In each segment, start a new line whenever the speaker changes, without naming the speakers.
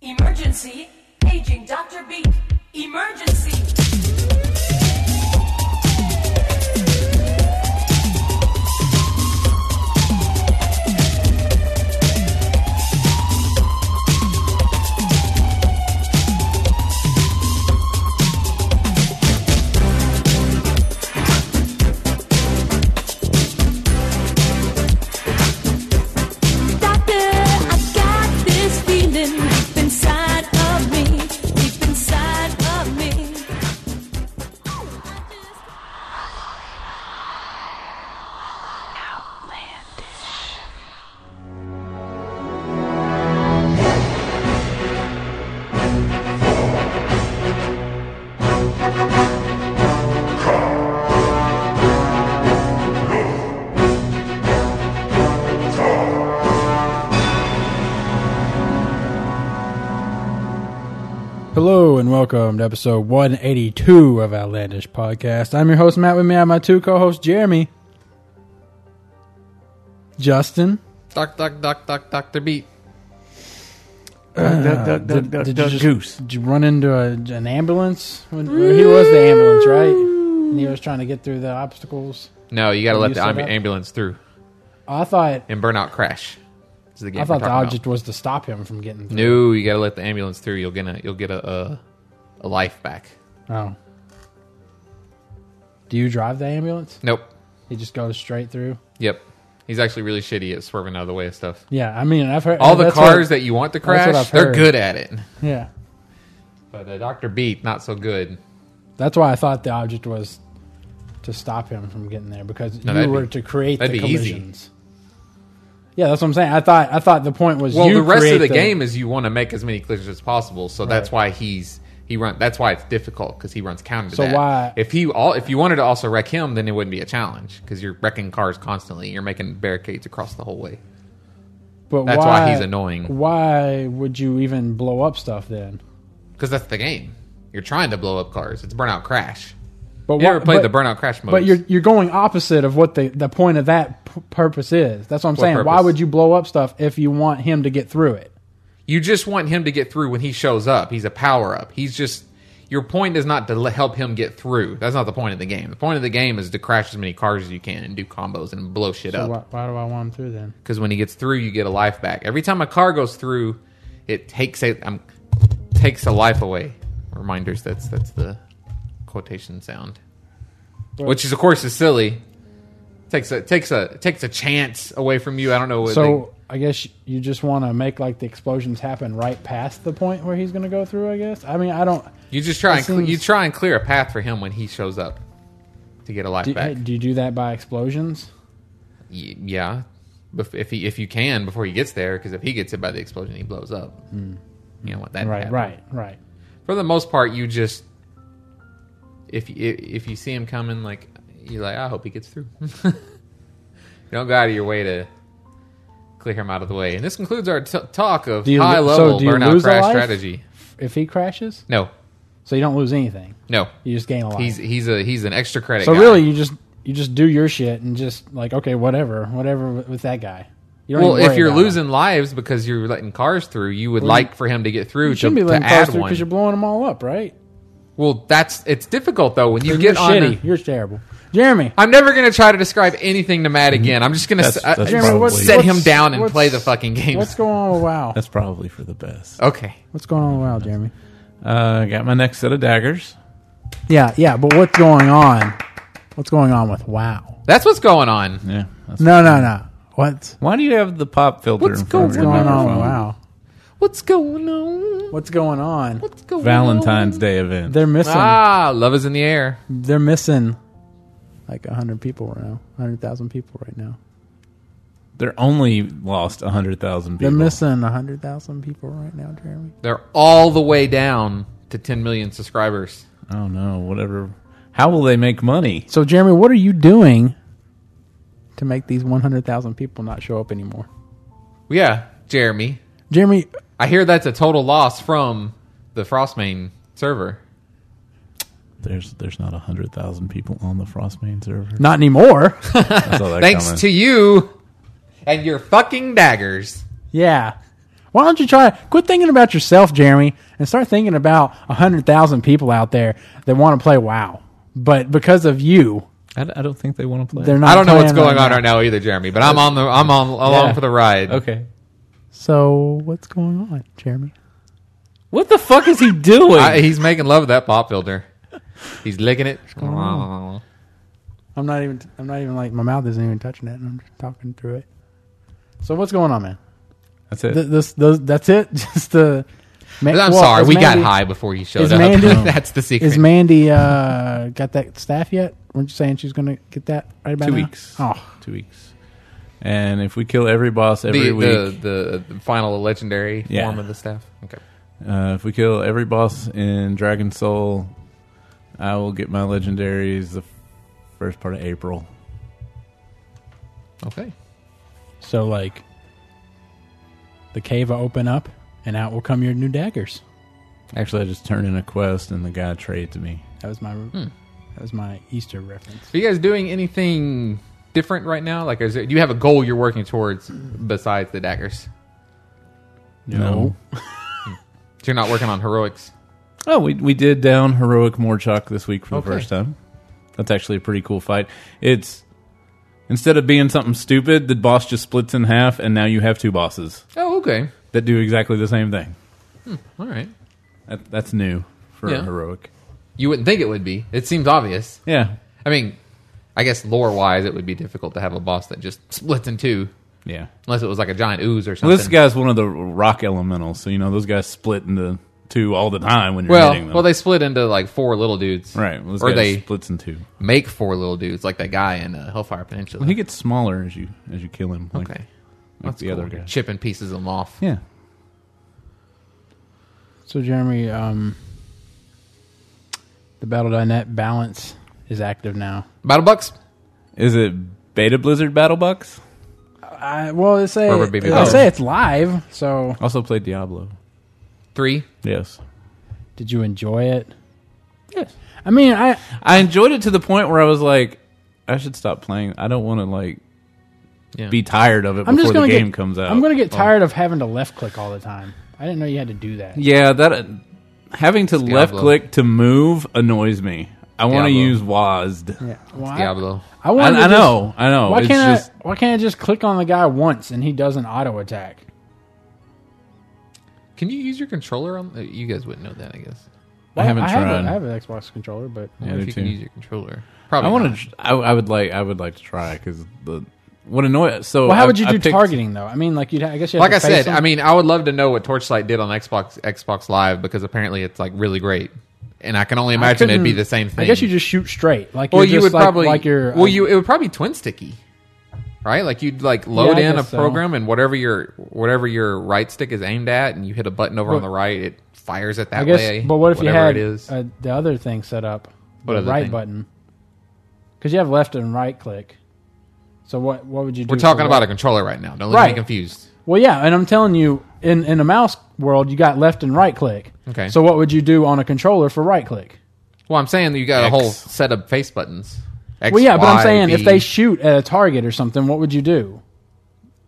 Emergency. Paging Dr. B. Emergency.
Doctor, I got this feeling deep inside of me, deep inside of me.
Hello and welcome to episode 182 of Outlandish Podcast. I'm your host Matt. With me, I have my two co-hosts Jeremy, Justin.
Duck, duck, duck, duck, Dr. Beat.
duck, duck, duck, duck, duck, goose.
Did you run into a, an ambulance? When, well, he was the ambulance, right? And he was trying to get through the obstacles.
No, you gotta
You
let the
said
amb-
that.
ambulance through
I thought
and burnout crash. Is the game
I
we're
thought the
talking
object was to stop him from getting
about.
through.
No, you gotta let the ambulance through. You'll gonna you'll get a a, a life back.
Oh. Do you drive the ambulance?
Nope.
He just goes straight through.
Yep. He's actually really shitty at swerving out of the way of stuff.
Yeah, I mean, I've heard
All the
that's what-
cars that you want to
what
crash,
I've
they're
heard.
good at it.
yeah,
But uh, Dr. Beat, not so good.
That's why I thought the object was to stop him from getting there because
No,
you
that'd
were
be-
to create the
that'd be easy.
collisions. Yeah, that's what I'm saying. I thought I thought the point was
Well,
you
the rest
create
of the, game is you want to make as many collisions as possible, so that's why he's he run. That's why it's difficult because he runs counter to
So
that.
why-
if he all if you wanted to also wreck him, then it wouldn't be a challenge because you're wrecking cars constantly. You're making barricades across the whole way.
but
that's why he's annoying.
Why would you even blow up stuff then?
Because that's the game. You're trying to blow up cars. It's Burnout Crash.
But
You
why-
ever played
but-
the Burnout Crash mode?
But you're you're going opposite of what the the point of that p- purpose is. That's what I'm
What
saying. Why
purpose?
would you blow up stuff if you want him to get through it?
You just want him to get through when he shows up. He's a power up. He's just your point is not to le- help him get through. That's not the point of the game. The point of the game is to crash as many cars as you can and do combos and blow shit
So
up.
why, why do I want him through then?
because when he gets through, you get a life back. Every time a car goes through, it takes a um, takes a life away. Reminders. That's that's the quotation sound, which is of course is silly. Takes a takes a takes a chance away from you. I don't know. What
So I guess you just want to make like the explosions happen right past the point where he's going to go through. I guess. I mean, I don't.
they- you just try
it
and cle you
seems-
try and clear a path for him when he shows up to get a life
Do,
back.
hey, do you do that by explosions?
Y- yeah, Bef- if he if you can before he gets there, because if he gets hit by the explosion, he blows up. You don't want that. to
Hmm. Right,
happen.
right, right.
for the most part, you just if you- if you see him coming, like you're like, I hope he gets through. you don't go out of your way to clear him out of the way. And this concludes our t- talk of
Do you-
high
so
level
do you
burnout
lose a
crash
life?
strategy.
If he crashes,
No,
so you don't lose anything.
no,
You just gain a life.
he's he's a he's an extra credit.
so
guy.
really, you just you just do your shit and just like okay, whatever, whatever with, with that guy. You
well,
even
if
worry
you're
about him.
losing lives because you're letting cars through, you would
Well,
like for him to get through
you
to,
shouldn't be
to
letting
add
cars through
one.
because you're blowing them all up, right?
well, that's it's difficult though when you
You're,
get on. a-
shitty. you're terrible, Jeremy.
I'm never gonna try to describe anything to Matt again. I'm just gonna
Mm-hmm. That's-
s- I-
that's
I-
Jeremy,
probably-
what's,
set him
what's-
down and
what's-
play the fucking game.
What's going on with WoW?
That's probably for the best.
Oh.
Okay.
What's going on with WoW, Jeremy?
Uh, got my next set of daggers.
Yeah, yeah, but what's going on? What's going on with WoW?
That's what's going on.
Yeah. that's-
No, no, no. What's
Why do you have the pop filter
What's
in front
what's
of your
going on with
microphone?
WoW?
What's going on?
What's going on?
What's going
Valentine's Day event.
They're missing.
Ah, love is in the air.
They're missing like hundred people right now. Hundred thousand people right now.
They're only lost hundred thousand
They're
people.
missing hundred thousand people right now, Jeremy.
They're all the way down to 10 million subscribers.
I don't know. Oh, Whatever. How will they make money?
So, Jeremy, what are you doing to make these one hundred thousand people not show up anymore?
Yeah, Jeremy.
Jeremy,
I hear that's a total loss from the Frostmain server.
There's there's not hundred thousand people on the Frostmain server.
not anymore.
I saw that
Thanks
coming.
to you and your fucking daggers.
yeah. Why don't you try? Quit thinking about yourself, Jeremy, and start thinking about hundred thousand people out there that want to play WoW. But because of you,
I, I don't think they want to play.
they're not.
I don't know what's
playing
going on right now either, Jeremy. But I'm on the I'm on along
Yeah.
for the ride.
okay.
So what's going on, Jeremy?
What the fuck is he doing?
I, he's making love with that pop filter. He's licking it.
Oh.
That's
I'm not even. I'm not even like my mouth isn't even touching it, and I'm just talking through it. So what's going on, man?
That's it.
Th- this, those, that's it. Just the. Ma-
I'm
well,
sorry,
is
we
Mandy-
got high before you showed
is
up.
Mandy-
That's the secret.
Is Mandy uh, got that staff yet? Weren't you saying she's going to get that right about
Two
now?
weeks.
Oh,
Two weeks. And if we kill every boss every
the,
week,
the, the the final legendary
Yeah.
form of the staff. Okay.
Uh, if we kill every boss in Dragon Soul, I will get my legendaries the first part of April.
Okay.
so like the cave will open up, and out will come your new daggers.
Actually, I just turned in a quest and the guy traded to me.
That was my
Hmm.
that was my Easter reference.
Are you guys doing anything different right now? Like, is there, do you have a goal you're working towards besides the daggers?
No.
So you're not working on heroics.
Oh, we we did down heroic Morchok this week for the
Okay.
first time. That's actually a pretty cool fight. It's instead of being something stupid, the boss just splits in half, and now you have two bosses
Oh, okay.
that do exactly the same thing.
All right.
That, that's new for
Yeah.
heroic.
You wouldn't think it would be. It seems obvious.
Yeah,
I mean, I guess lore wise, it would be difficult to have a boss that just splits in two,
yeah.
unless it was like a giant ooze or
Well,
something.
this guy's one of the rock elementals, so you know those guys split into two all the time when you're
well,
hitting them.
well, they split into like four little dudes,
right, well, this
or
guy
they
splits in two.
make four little dudes, like that guy in uh, Hellfire Peninsula.
Well, he gets smaller as you as you kill him. Like,
okay,
like
that's
the
cool.
other guy.
You're chipping pieces of them off.
Yeah,
So Jeremy, um, the Battle.net balance is active now.
Battle Bucks.
is it Beta Blizzard Battle Bucks?
I, well, they say
Or would it be
they
better?
say it's live. So
Also played Diablo.
Three.
Yes,
did you enjoy it? Yes. I mean, I
I enjoyed it to the point where I was like, I should stop playing. I don't want to like
Yeah.
be tired of it
I'm
before
just
the
gonna
game
get,
comes out. Oh.
I'm gonna get tired of having to left click all the time. I didn't know you had to do that.
Yeah, that uh, having to
Diablo.
left click to move annoys me. I want to
Diablo.
use WASD.
Yeah. Well, I-
Diablo.
I,
I,
wanted to
I
just-
know, I know.
Why
it's
can't
just,
I? Why can't I just click on the guy once and he does an auto attack?
Can you use your controller on? uh, You guys wouldn't know that, I guess.
I haven't
I
tried.
Have a, I have an Xbox controller, but
I
Yeah,
wonder
me
if you can
too.
use your controller. Probably.
I want
not.
to. I, I would like. I would like to try because the what annoy. So
well, how
I-
would you
I
do
picked-
targeting though? I mean, like you, would I guess you.
Like I said, I mean, I would love to know what Torchlight did on Xbox Xbox Live because apparently it's like really great, and I can only imagine it'd be the same thing.
I guess you just shoot straight. Like
well,
you're
you
just
would
like,
probably
like your.
well,
um,
you it would probably twin sticky, right? Like you'd like load
I
in a
guess so.
program and whatever your whatever your right stick is aimed at, and you hit a button over on
But-
the right, it fires it that
I guess,
way.
but what if you
whatever
had
it is?
uh, the other thing set up?
What
the
other
right
thing?
button. Because you have left and right click. So what? What would you do?
We're
for
talking
what?
about a controller right now. Don't let
Right.
me confused.
Well, yeah, and I'm telling you, in in a mouse world, you got left and right click.
Okay.
So what would you do on a controller for right click?
Well, I'm saying that you got a
X.
whole set of face buttons. X,
Well, yeah, but I'm
Y,
saying if
B.
they shoot at a target or something, what would you do?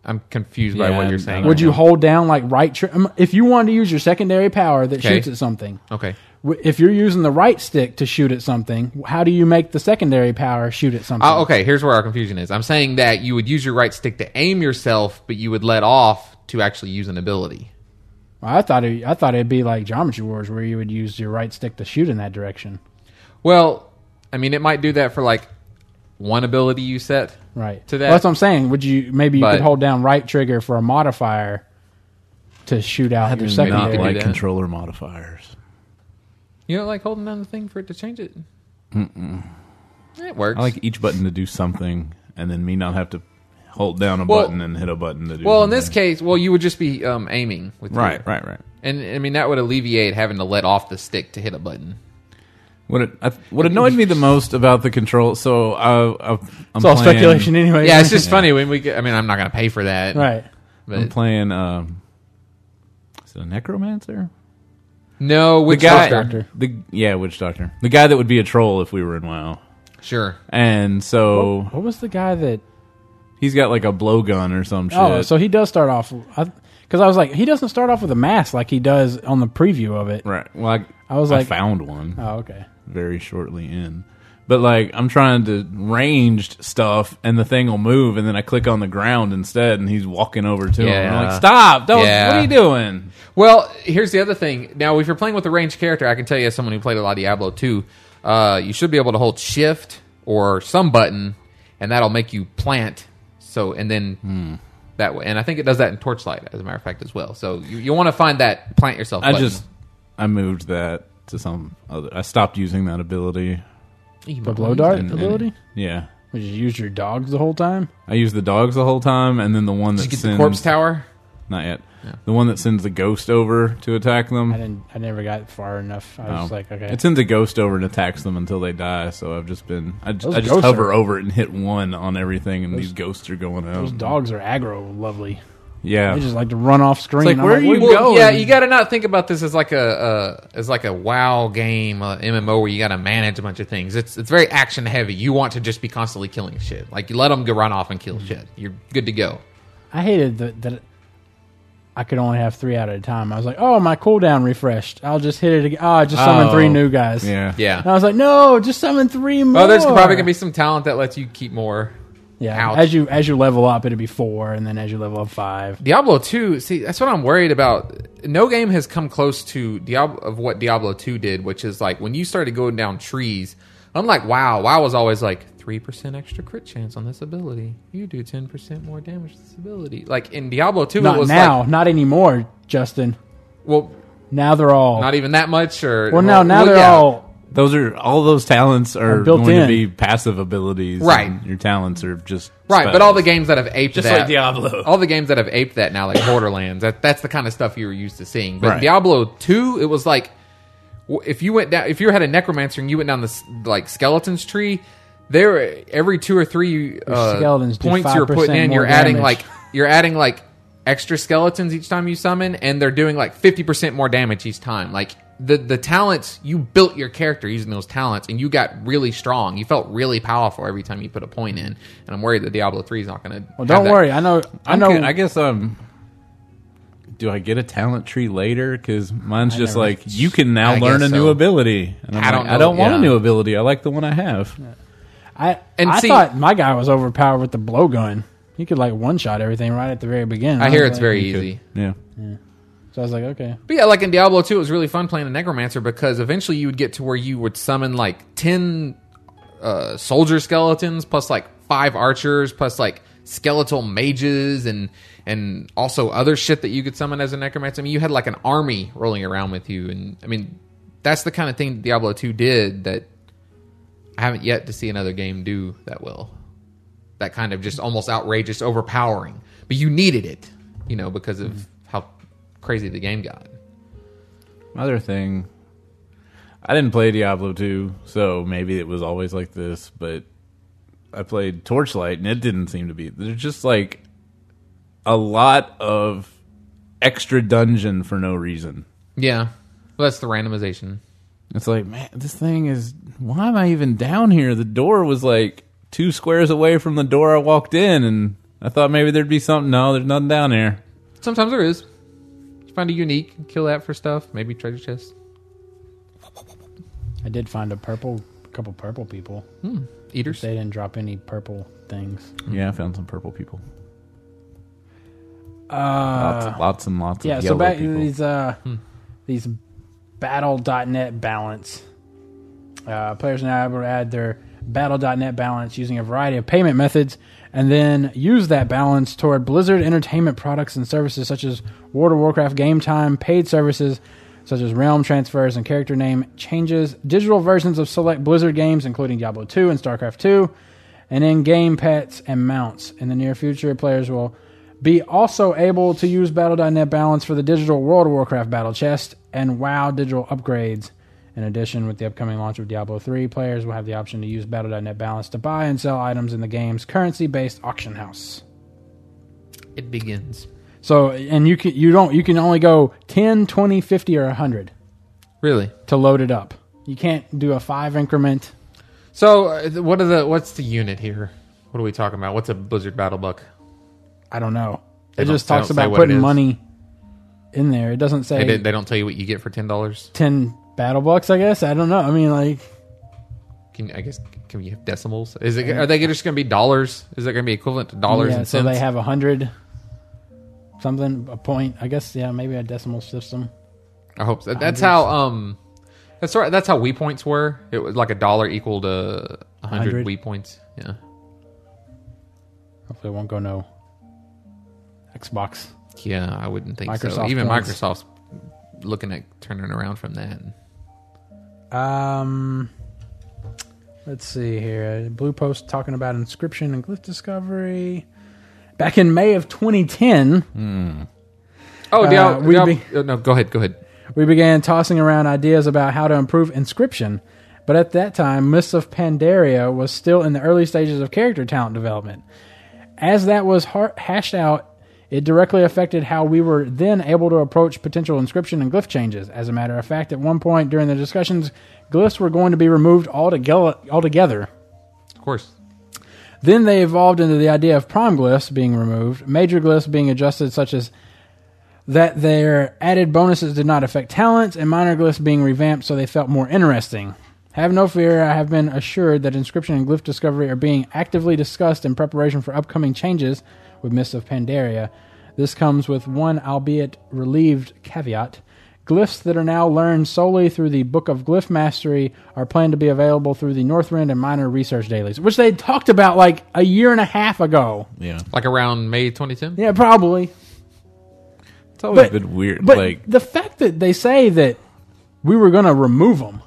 I'm confused by
Yeah,
what you're
I'm-
saying.
I
Would
right
you
now.
hold down like right? Tri- um, if you wanted to use your secondary power that
Okay.
shoots at something,
Okay.
w- if you're using the right stick to shoot at something, how do you make the secondary power shoot at something?
Uh, okay, here's where our confusion is. I'm saying that you would use your right stick to aim yourself, but you would let off to actually use an ability.
I thought it, I thought it'd be like Geometry Wars where you would use your right stick to shoot in that direction.
Well, I mean, it might do that for like one ability you set.
Right.
To
Well,
that-
that's what I'm saying. Would you maybe you
But-
could hold down right trigger for a modifier to shoot out your
do
secondary?
not
do
like
that.
controller modifiers.
You know, like holding down the thing for it to change it. Mm-mm. It works.
I like each button to do something, and then me not have to hold down a
Well-
button and hit a button to do.
well, in this
something.
case, well, you would just be um, aiming with your-
right, right, right.
and I mean that would alleviate having to let off the stick to hit a button.
What it, I, what annoyed me the most about the control. So I, I, I'm
It's all speculation anyway.
Yeah, it's just funny when we. Get, I mean, I'm not going to pay for that.
right.
I'm
But
playing. Um, is it a necromancer?
no,
The
with
guy,
Doctor.
the yeah, witch doctor. The guy that would be a troll if we were in WoW.
Sure.
And so
What was the guy that?
he's got like a blowgun or some shit.
Oh, so he does start off. because I was like, he doesn't start off with a mask like he does on the preview of it.
Right. Well, I,
I was like-
found one
Oh, okay.
very shortly in. But like, I'm trying to ranged stuff, and the thing will move, and then I click on the ground instead, and he's walking over to him. And I'm
Yeah.
like, stop! Don't.
Yeah.
What are you doing?
Well, here's the other thing. Now, if you're playing with a ranged character, I can tell you as someone who played a lot of Diablo 2, uh, you should be able to hold shift or some button, and that'll make you plant. So, and then
Hmm.
that way. And I think it does that in Torchlight, as a matter of fact, as well. So you, you want to find that plant yourself
I
button.
just I moved that to some other. I stopped using that ability.
You
The
might
blow
wanna
dart
and- and-
ability.
yeah,
Would you use your dogs the whole time?
I used the dogs the whole time, and then the one that
Did you get
sends
the corpse tower?
not yet. The one that sends the ghost over to attack them.
I didn't. I never got far enough. I was just
No.
like, okay,
Oh. It sends a ghost over and attacks them until they die. So I've just been I just,
Those
I just
ghosts
hover
are-
over it and hit one on everything, and these ghosts are going out.
those dogs are aggro, lovely.
Yeah,
They just like to run off screen.
like,
I'm
where are you
what-
go- going.
Yeah, you got to not think about this as like a uh, as like a WoW game, uh, MMO where you got to manage a bunch of things. It's it's very action heavy. You want to just be constantly killing shit. Like you let them go run off and
Mm-hmm.
kill shit. You're good to go.
I hated that, that I could only have three out at a time. I was like, oh, my cooldown refreshed. I'll just hit it again. Oh, I just summoned
Oh,
three new guys.
yeah,
Yeah.
And I was like, no, just summon three more.
Oh, there's probably gonna be some talent that lets you keep more.
yeah.
Ouch.
As you as you level up, it'd be four, and then as you level up, five.
Diablo two. See, that's what I'm worried about. No game has come close to Diablo of what Diablo two did, which is like when you started going down trees. Unlike WoW, WoW was always like three percent extra crit chance on this ability. You do ten percent more damage to this ability. Like in Diablo two, it
Not
was
now,
like
not anymore, Justin.
well,
Now they're all.
not even that much. Or
well, now now
well,
they're
yeah.
all.
Those are all those talents are,
Are built
going to
in.
be passive abilities,
Right.
and Your talents are just
right, but all the
spells.
games that have aped
Just
that,
like Diablo.
all the games that have aped that now, like Borderlands, that that's the kind of stuff you were used to seeing. But
Right.
Diablo two, it was like w- if you went down, if you had a necromancer and you went down this like skeletons tree, there every two or three uh,
skeletons do
points you're
5%
putting in,
more
you're adding
damage.
like you're adding like extra skeletons each time you summon, and they're doing like fifty percent more damage each time, like. The, the talents you built your character using those talents and you got really strong you felt really powerful every time you put a point in and i'm worried that diablo 3 is not going to
Well, don't worry. I know. I
I'm
know.
ki- I guess um, do I get a talent tree later? Because mine's just
never-
like you can now
I
learn a
guess
new
so.
ability. And I'm
I
like,
don't
I
know-
don't want a
yeah.
new ability. I like the one I have.
I,
And
I
see-
thought my guy was overpowered with the blowgun. He could like one shot everything right at the very beginning.
i hear
was
it's
like-
very e-
You could-
easy
Yeah.
So I was like, okay.
But yeah, like in Diablo 2, it was really fun playing a necromancer because eventually you would get to where you would summon like 10 uh, soldier skeletons plus like five archers plus like skeletal mages and and also other shit that you could summon as a necromancer. I mean, you had like an army rolling around with you and I mean, that's the kind of thing Diablo 2 did that I haven't yet to see another game do that well. That kind of just almost outrageous overpowering. But you needed it, you know, because of how crazy the game got.
My other thing, I didn't play Diablo 2, so maybe it was always like this, but I played Torchlight and it didn't seem to be. There's just like a lot of extra dungeon for no reason.
Yeah. Well, that's the randomization.
It's like, man, this thing is. Why am I even down here? The door was like two squares away from the door I walked in, and I thought maybe there'd be something. No, there's nothing down here.
Sometimes there is. You find a unique, kill that for stuff, maybe treasure chest.
I did find a purple, couple purple people.
Eaters.
They didn't drop any purple things.
Yeah, I found some purple people.
Uh,
Lots, lots and lots
yeah.
of
So
yellow
back
people.
these uh, these battle.net balance. Uh, players are now able to add their battle.net balance using a variety of payment methods, and then use that balance toward Blizzard Entertainment products and services such as World of Warcraft game time, paid services such as realm transfers and character name changes, digital versions of select Blizzard games including Diablo 2 and StarCraft 2, and in game pets and mounts. In the near future, players will be also able to use Battle.net balance for the digital World of Warcraft battle chest and WoW digital upgrades. In addition, with the upcoming launch of Diablo 3, players will have the option to use Battle.net balance to buy and sell items in the game's currency based auction house.
It begins.
So, and you can you don't you can only go 10, 20, 50 or 100
Really?
to load it up. You can't do a 5 increment.
So, uh, what are the what's the unit here? What are we talking about? What's a Blizzard Battle Buck?
I don't know. It
don't-
just
they
talks
don't say
about
what it
putting
is.
money in there. It doesn't say
They, didn't- they don't tell you what you get for ten dollars.
ten battle bucks. I guess I don't know. I mean, like
Can I guess can we have decimals? Is it are they just going to be dollars? Is it going to be equivalent to dollars
yeah,
and
so
cents?
they have a hundred something a point. I guess yeah, maybe a decimal system.
I hope so. that's how um that's right. That's how Wii points were. It was like a dollar equal to a hundred
100.
Wii points. Yeah.
Hopefully, it won't go no. Xbox.
Yeah, I wouldn't think so.
Microsoft
Even
wants-
Microsoft's looking at turning around from that.
Um, let's see here. Blue post talking about inscription and glyph discovery. Back in May of 2010,
Oh,
Uh,
yeah.
we'd
yeah,
be-
uh, no, go ahead. Go ahead.
we began tossing around ideas about how to improve inscription. But at that time, Mists of Pandaria was still in the early stages of character talent development. As that was har- hashed out, it directly affected how we were then able to approach potential inscription and glyph changes. As a matter of fact, at one point during the discussions, glyphs were going to be removed altogel- altogether.
Of course.
Then they evolved into the idea of prom glyphs being removed, major glyphs being adjusted, such as that their added bonuses did not affect talents, and minor glyphs being revamped so they felt more interesting. Have no fear, I have been assured that inscription and glyph discovery are being actively discussed in preparation for upcoming changes with Mists of Pandaria. This comes with one, albeit relieved, caveat. Glyphs that are now learned solely through the Book of Glyph Mastery are planned to be available through the Northrend and Minor Research Dailies, which they talked about like a year and a half ago.
Yeah,
Like around May 2010.
Yeah, probably.
it's always
But-
been weird.
But
like
the fact that they say that we were going to remove them,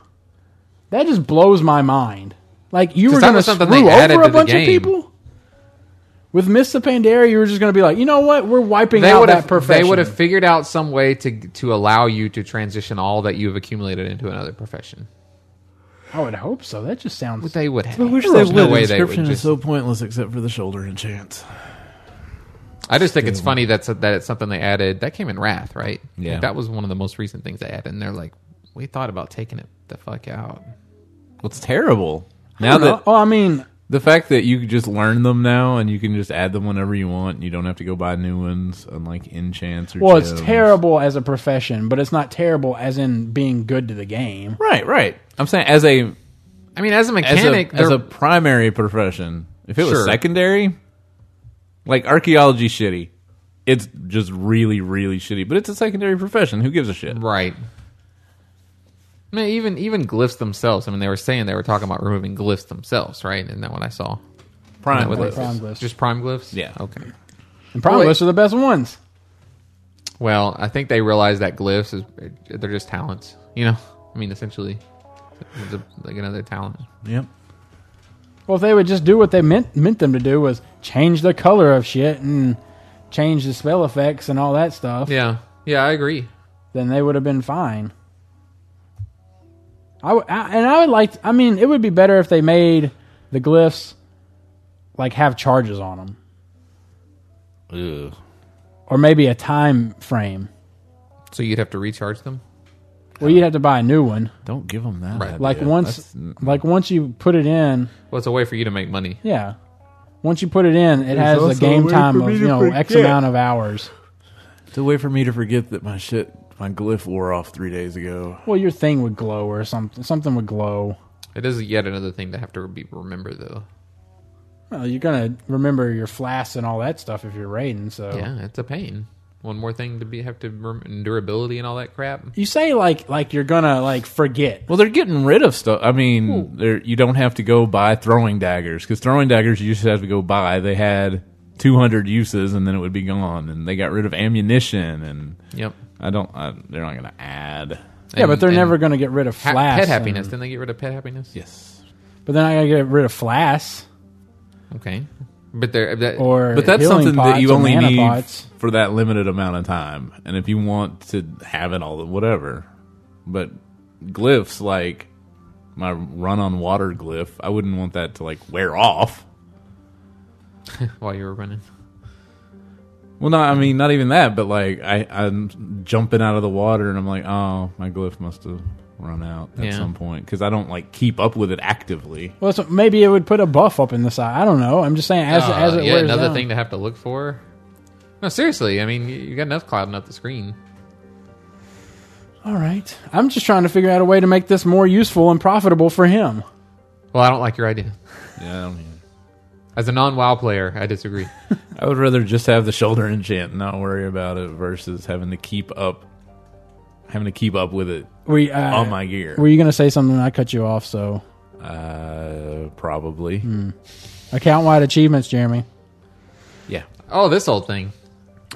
that just blows my mind. Like you were going
that
to
was
screw
something they added
over
to
a
the
bunch of
game.
people. With Miss the Pandaria, you were just going to be like, you know what? We're wiping
They
out
would
that
have.
perfection.
They would have figured out some way to to allow you to transition all that you've accumulated into another profession.
I would hope so. That just sounds.
But they would have.
there's
There's
no
no way they would
Inscription is
just.
so pointless except for the shoulder and chance.
I just think it's funny that's that it's something they added. That came in Wrath, right?
Yeah.
Like, that was one of the most recent things they added, and they're like, we thought about taking it the fuck out.
It's terrible. Now that
oh, I mean,
the fact that you could just learn them now and you can just add them whenever you want, and you don't have to go buy new ones, unlike enchants or
well, it's
gems.
terrible as a profession, but it's not terrible as in being good to the game.
Right, right. I'm saying as a
I mean, as a
as
mechanic,
a as
they're-
a primary profession. If it was
Sure.
secondary, like archaeology, shitty. It's just really, really shitty. But it's a secondary profession. Who gives a shit?
Right. I mean, even even glyphs themselves. I mean, they were saying they were talking about removing glyphs themselves, right? Isn't that what I saw? Isn't
Prime.
that what they-
glyphs.
Prime glyphs.
Just prime glyphs.
Yeah.
Okay.
And probably
Well,
those are the best ones.
Well, I think they realized that glyphs is they're just talents. You know, I mean, essentially, it's a- like another talent.
Yep.
Well, if they would just do what they meant meant them to do was change the color of shit and change the spell effects and all that stuff.
Yeah. Yeah, I agree.
then they would have been fine. I, w- I- and I would like. I mean, it would be better if they made the glyphs like have charges on them,
Ugh.
or maybe a time frame
So you'd have to recharge them.
where you'd have to buy a new one.
Don't give them that.
Right.
Like
idea.
once,
That's-
like once you put it in,
Well, it's a way for you to make money.
yeah. Once you put it in, it has
also
a
a
game
way
time
for
of
me
you
to
know X
forget.
amount of hours.
It's a way for me to forget that my shit, my glyph wore off three days ago.
Well, your thing would glow or something. Something would glow.
It is yet another thing to have to be remember though.
Well, you're gonna remember your flasks and all that stuff if you're raiding. So
Yeah, it's a pain. One more thing to be have to rem- and durability and all that crap.
you say like like you're gonna like forget.
Well, they're getting rid of stuff. I mean, they're, you don't have to go buy throwing daggers because throwing daggers you used to have to go buy. They had 200 uses and then it would be gone. And they got rid of ammunition. And
Yep.
I don't. I, they're not going to add.
Yeah, but
And-
they're
and
never going to get rid of
ha-
flash.
pet happiness. Didn't they get rid of pet happiness?
Yes.
but they're not going to get rid of flash.
Okay, but there that,
Or
But that's
healing
something that
pots
you
or
only
mana
need
pots.
for that limited amount of time. And if you want to have it all, whatever. But glyphs like my run on water glyph, I wouldn't want that to like wear off.
while you were running.
Well, no, I mean not even that, but like I, I'm jumping out of the water and I'm like, oh, my glyph must have run out at
Yeah.
some point because I don't like keep up with it actively.
Well, so maybe it would put a buff up in the side. I don't know. I'm just saying as
Uh,
as it
yeah,
wears
another
down.
thing to have to look for. No, seriously. I mean, you you got enough clouding up the screen.
All right. I'm just trying to figure out a way to make this more useful and profitable for him.
Well, I don't like your idea.
Yeah, I don't either.
As a non-WoW player, I disagree.
I would rather just have the shoulder enchant and not worry about it versus having to keep up having to keep up with it
We, uh,
on Oh my gear.
Were you going to say something? I cut you off. So,
uh probably.
account wide achievements, Jeremy.
Yeah.
Oh, this old thing.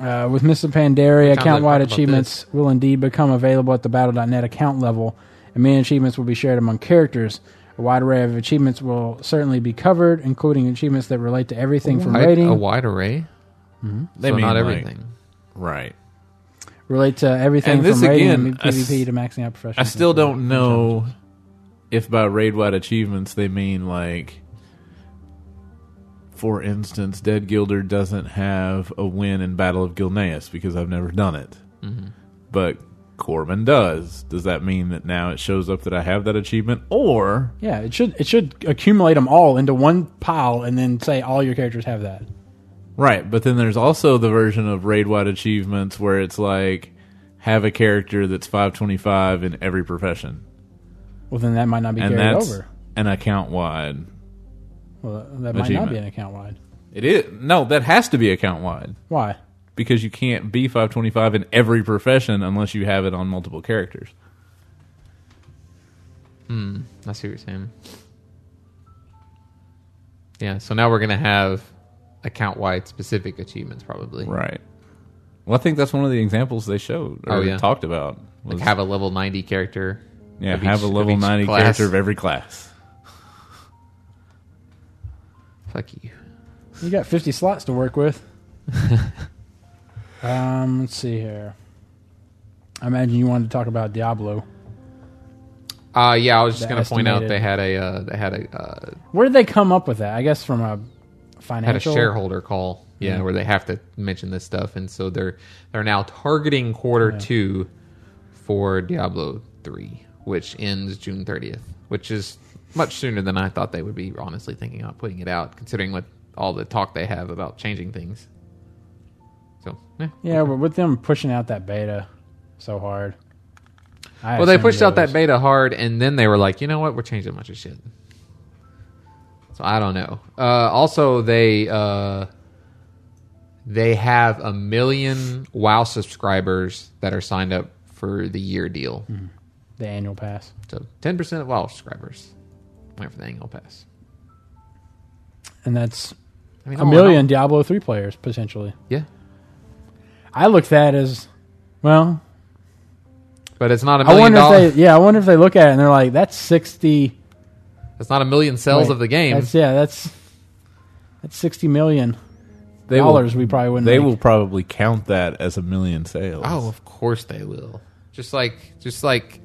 Uh, with Mr. Pandaria,
What
account wide
time's that talking about
achievements will indeed become available at the Battle.net account level, and many achievements will be shared among characters. A wide array of achievements will certainly be covered, including achievements that relate to everything from
Wide-
rating,
a wide array.
They
so
mean,
not
like-
everything.
right.
relate to everything
And this
from rating
again,
and
I s-
PvP to maxing out professional.
I still don't know if by raid wide achievements they mean like for instance, Dead Gilder doesn't have a win in Battle of Gilneas because I've never done it.
Mm-hmm.
But Corbin does. Does that mean that now it shows up that I have that achievement? Or
Yeah, it should it should accumulate them all into one pile and then say all your characters have that.
Right, but then there's also the version of raid wide achievements where it's like have a character that's 525 in every profession,
Well, then that might not be
and
carried
that's
over.
an account wide.
Well, that might not
achievement.
be an account wide.
It is no, that has to be account wide
Why?
because you can't be 525 in every profession unless you have it on multiple characters.
I see what you're saying. Yeah, so now we're gonna have account-wide specific achievements, probably.
Right. Well, I think that's one of the examples they showed or
Oh, yeah.
talked about. Was,
Like have a level 90 character.
yeah,
of
have
each-
a
of
level
each
90
class.
character of every class.
Fuck you.
You got 50 slots to work with. um, let's see here. I imagine you wanted to talk about Diablo.
Uh, yeah, I was just
The
gonna point out
estimated-
they had a uh, they had a uh,
Where did they come up with that? I guess from a
had a
financial
shareholder call, yeah,
Mm-hmm.
where they have to mention this stuff, and so they're they're now targeting quarter two for Diablo three, which ends June thirtieth, which is much sooner than I thought they would be. Honestly, thinking about putting it out, considering what all the talk they have about changing things. So, yeah.
Yeah, but with them pushing out that beta so hard. I
well, they
assumed
pushed
it
out that
was-
beta hard, and then they were like, you know what, we're changing a bunch of shit. So I don't know. Uh, also, they uh, they have a million WoW subscribers that are signed up for the year deal.
Hmm. the annual pass.
So ten percent of WoW subscribers went for the annual pass.
And that's
I mean,
a
all in
million Diablo 3 players potentially.
all- yeah,
I looked at as well.
but it's not a
I
million
wonder
dollars.
if they, yeah, I wonder if they look at it and they're like, that's sixty
It's not a million sales
wait,
of the game.
That's, yeah, that's that's sixty million
They will-
dollars. we probably wouldn't.
They
make.
will probably count that as a million sales.
Oh, of course they will. Just like just like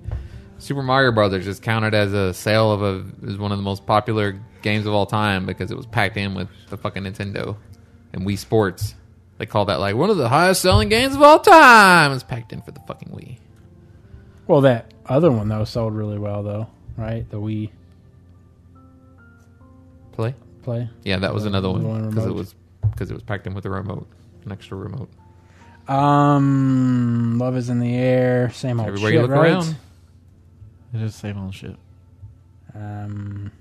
Super Mario Brothers is counted as a sale of a is one of the most popular games of all time because it was packed in with the fucking Nintendo and Wii Sports. They call that like one of the highest selling games of all time. It's packed in for the fucking Wii.
Well, that other one though sold really well though, right? The Wii
Play?
play.
Yeah, that was another
the
one
one
because it
remote.
was because it was packed in with a remote, an extra remote.
Um, Love is in the air. Same old
Everywhere
shit,
you look
right?
around,
It is same old shit.
Um,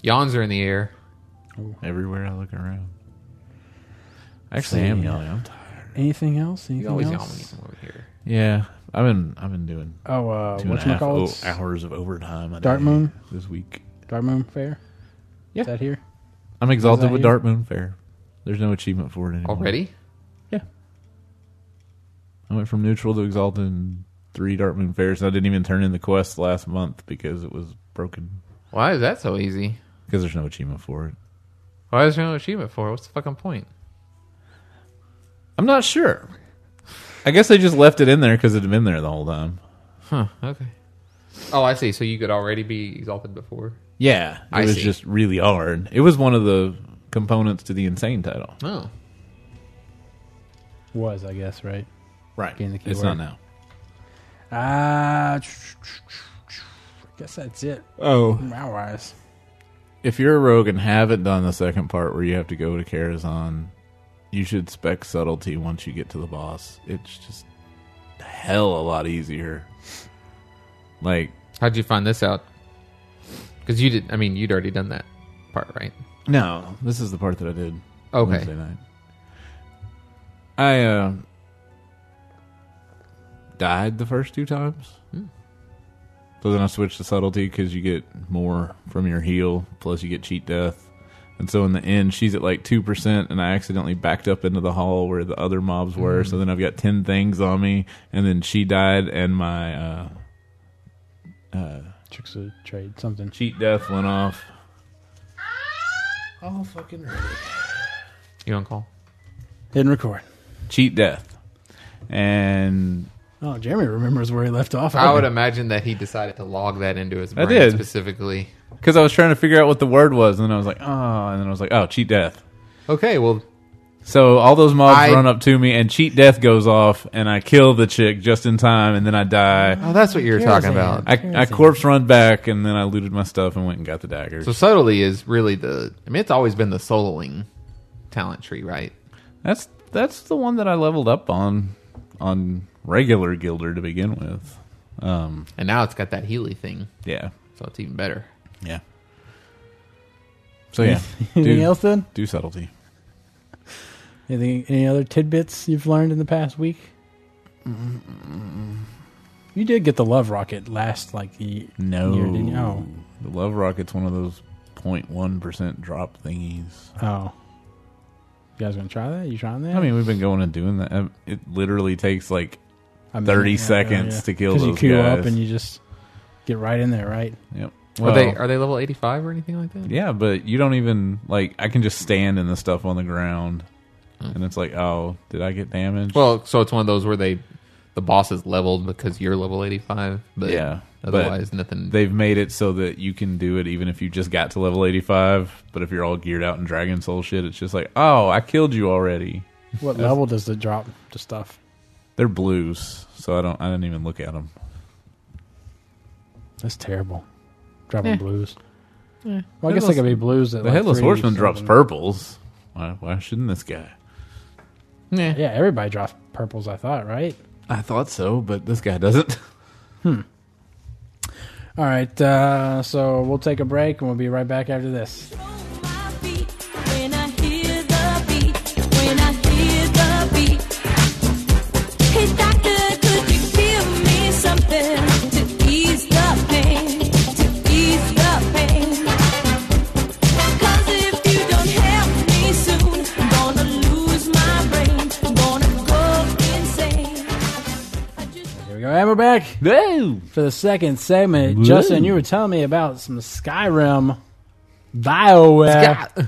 yawns are in the air.
Everywhere I look around. Actually, I
See.
am yelling. I'm tired.
anything else?
You
Anything
always yawn when you
else?
come over here.
Yeah, I've been I've been doing
Oh, uh,
two and a
what's
half Oh, o-
called?
hours of overtime. a
Dark
day
Moon?
this week.
Dark Moon Fair.
Yeah.
Is that here?
I'm
that
exalted with
you?
Dark Moon Fair. There's no achievement for it anymore.
Already?
Yeah. I went from neutral to exalted in three Dark Moon Fairs, and I didn't even turn in the quest last month because it was broken.
Why is that so easy?
Because there's no achievement for it.
Why is there no achievement for? it? What's the fucking point?
I'm not sure. I guess they just left it in there because it had been there the whole time.
Huh. Okay. Oh, I see. So you could already be exalted before.
Yeah, it
I
was
see.
just really hard. It was one of the components to the insane title.
Oh,
Was I guess right?
Right,
Being the key
it's
word.
not now.
Uh, I guess that's it.
Oh,
Wow, wise.
if you're a rogue and haven't done the second part where you have to go to Karazhan, you should spec subtlety once you get to the boss. It's just hell a lot easier. Like,
How'd you find this out? Because you did. I mean, you'd already done that part, right?
no, this is the part that I did.
Okay.
Wednesday night. I uh, died the first two times. So then I switched to subtlety because you get more from your heal, plus you get cheat death. And so in the end, she's at like 2%, and I accidentally backed up into the hall where the other mobs were. So then I've got 10 things on me, and then she died, and my uh,
Tricks of trade, something.
cheat death went off. All fucking right.
You on call?
Didn't record.
Cheat death. And
Oh, Jeremy remembers where he left off.
I would imagine that he decided to log that into his brain
did.
specifically.
Because I was trying to figure out what the word was, and then I was like, oh, and then I was like, oh, cheat death.
Okay, well,
So all those mobs
I-
run up to me, and cheat death goes off, and I kill the chick just in time, and then I die.
oh, that's what you were talking about.
I, I corpse run back, and then I looted my stuff and went and got the dagger.
so subtlety is really the. I mean, it's always been the soloing talent tree, right?
that's that's the one that I leveled up on on regular Gilder to begin with. Um,
And now it's got that Healy thing,
Yeah,
so it's even better.
yeah. So yeah,
Anything
do,
else then?
do subtlety.
Anything, any other tidbits you've learned in the past week? You did get the love rocket last, like the
No,
year, didn't you? Oh,
the love rocket's one of those 0.1 percent drop thingies.
oh. You guys gonna try that? You trying that?
I mean, we've been going and doing that. Um, It literally takes like
I mean,
30
yeah,
seconds to kill
'Cause you
those
queue up
guys.
and you just get right in there, right?
yep.
are they are they level eighty five or anything like that?
yeah, but you don't even like. I can just stand in the stuff on the ground, and it's like, oh, did I get damaged?
Hmm. Well, so it's one of those where they the boss is leveled because you're level eighty five, but
Yeah, but
otherwise nothing.
They've made it so that you can do it even if you just got to level eighty five. But if you're all geared out in Dragon Soul shit, it's just like, oh, I killed you already.
What level does it drop to stuff?
They're blues, so I don't. I didn't even look at them.
That's terrible. Dropping
Eh.
blues. Well, I guess they
Headless-
could be blues. At
The
like
headless
three
horseman drops
something.
purples. Why? Why shouldn't this guy?
Yeah.
Yeah, everybody drops purples. I thought, right?
I thought so, but this guy doesn't.
All right, uh, so we'll take a break and we'll be right back after this.
my feet when I hear the beat. When I hear the beat. Hey doctor, could you give me something to ease the pain? To ease the pain. 'Cause if you don't help me soon, I'm gonna lose my brain. I'm gonna go insane. I just
Here we go, and we're back
No.
for the second segment.
Woo.
Justin, you were telling me about some Skyrim BioWare.
Scott-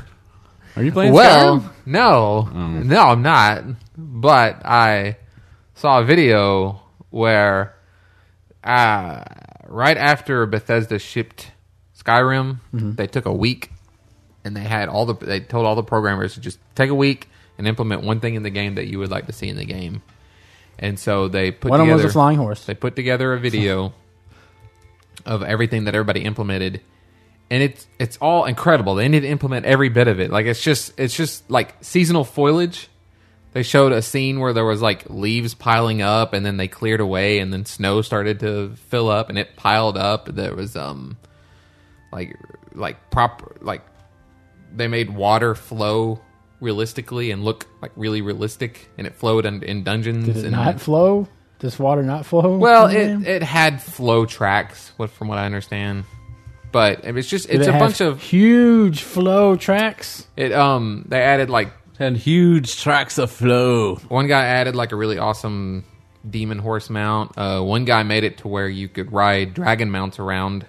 Are you playing?
well,
Skyrim?
no,
Um,
no, I'm not. But I saw a video where, uh, right after Bethesda shipped Skyrim,
Mm-hmm.
they took a week and they had all the they told all the programmers to just take a week and implement one thing in the game that you would like to see in the game. And so they put
One of them was
together
a flying horse.
they put together a video of everything that everybody implemented, and it's it's all incredible. They need to implement every bit of it. Like it's just it's just like seasonal foliage. They showed a scene where there was like leaves piling up, and then they cleared away, and then snow started to fill up, and it piled up. There was um like like proper like they made water flow realistically and look like really realistic and it flowed in, in dungeons
Did it
and
not flow? Does water not flow?
well,
in the game?
it, it had flow tracks, what from what I understand, but it was just
Did
it's
it
a
have
bunch of
huge flow tracks.
it. Um, they added like
And huge tracks of flow.
one guy added like a really awesome demon horse mount. Uh, one guy made it to where you could ride dragon mounts around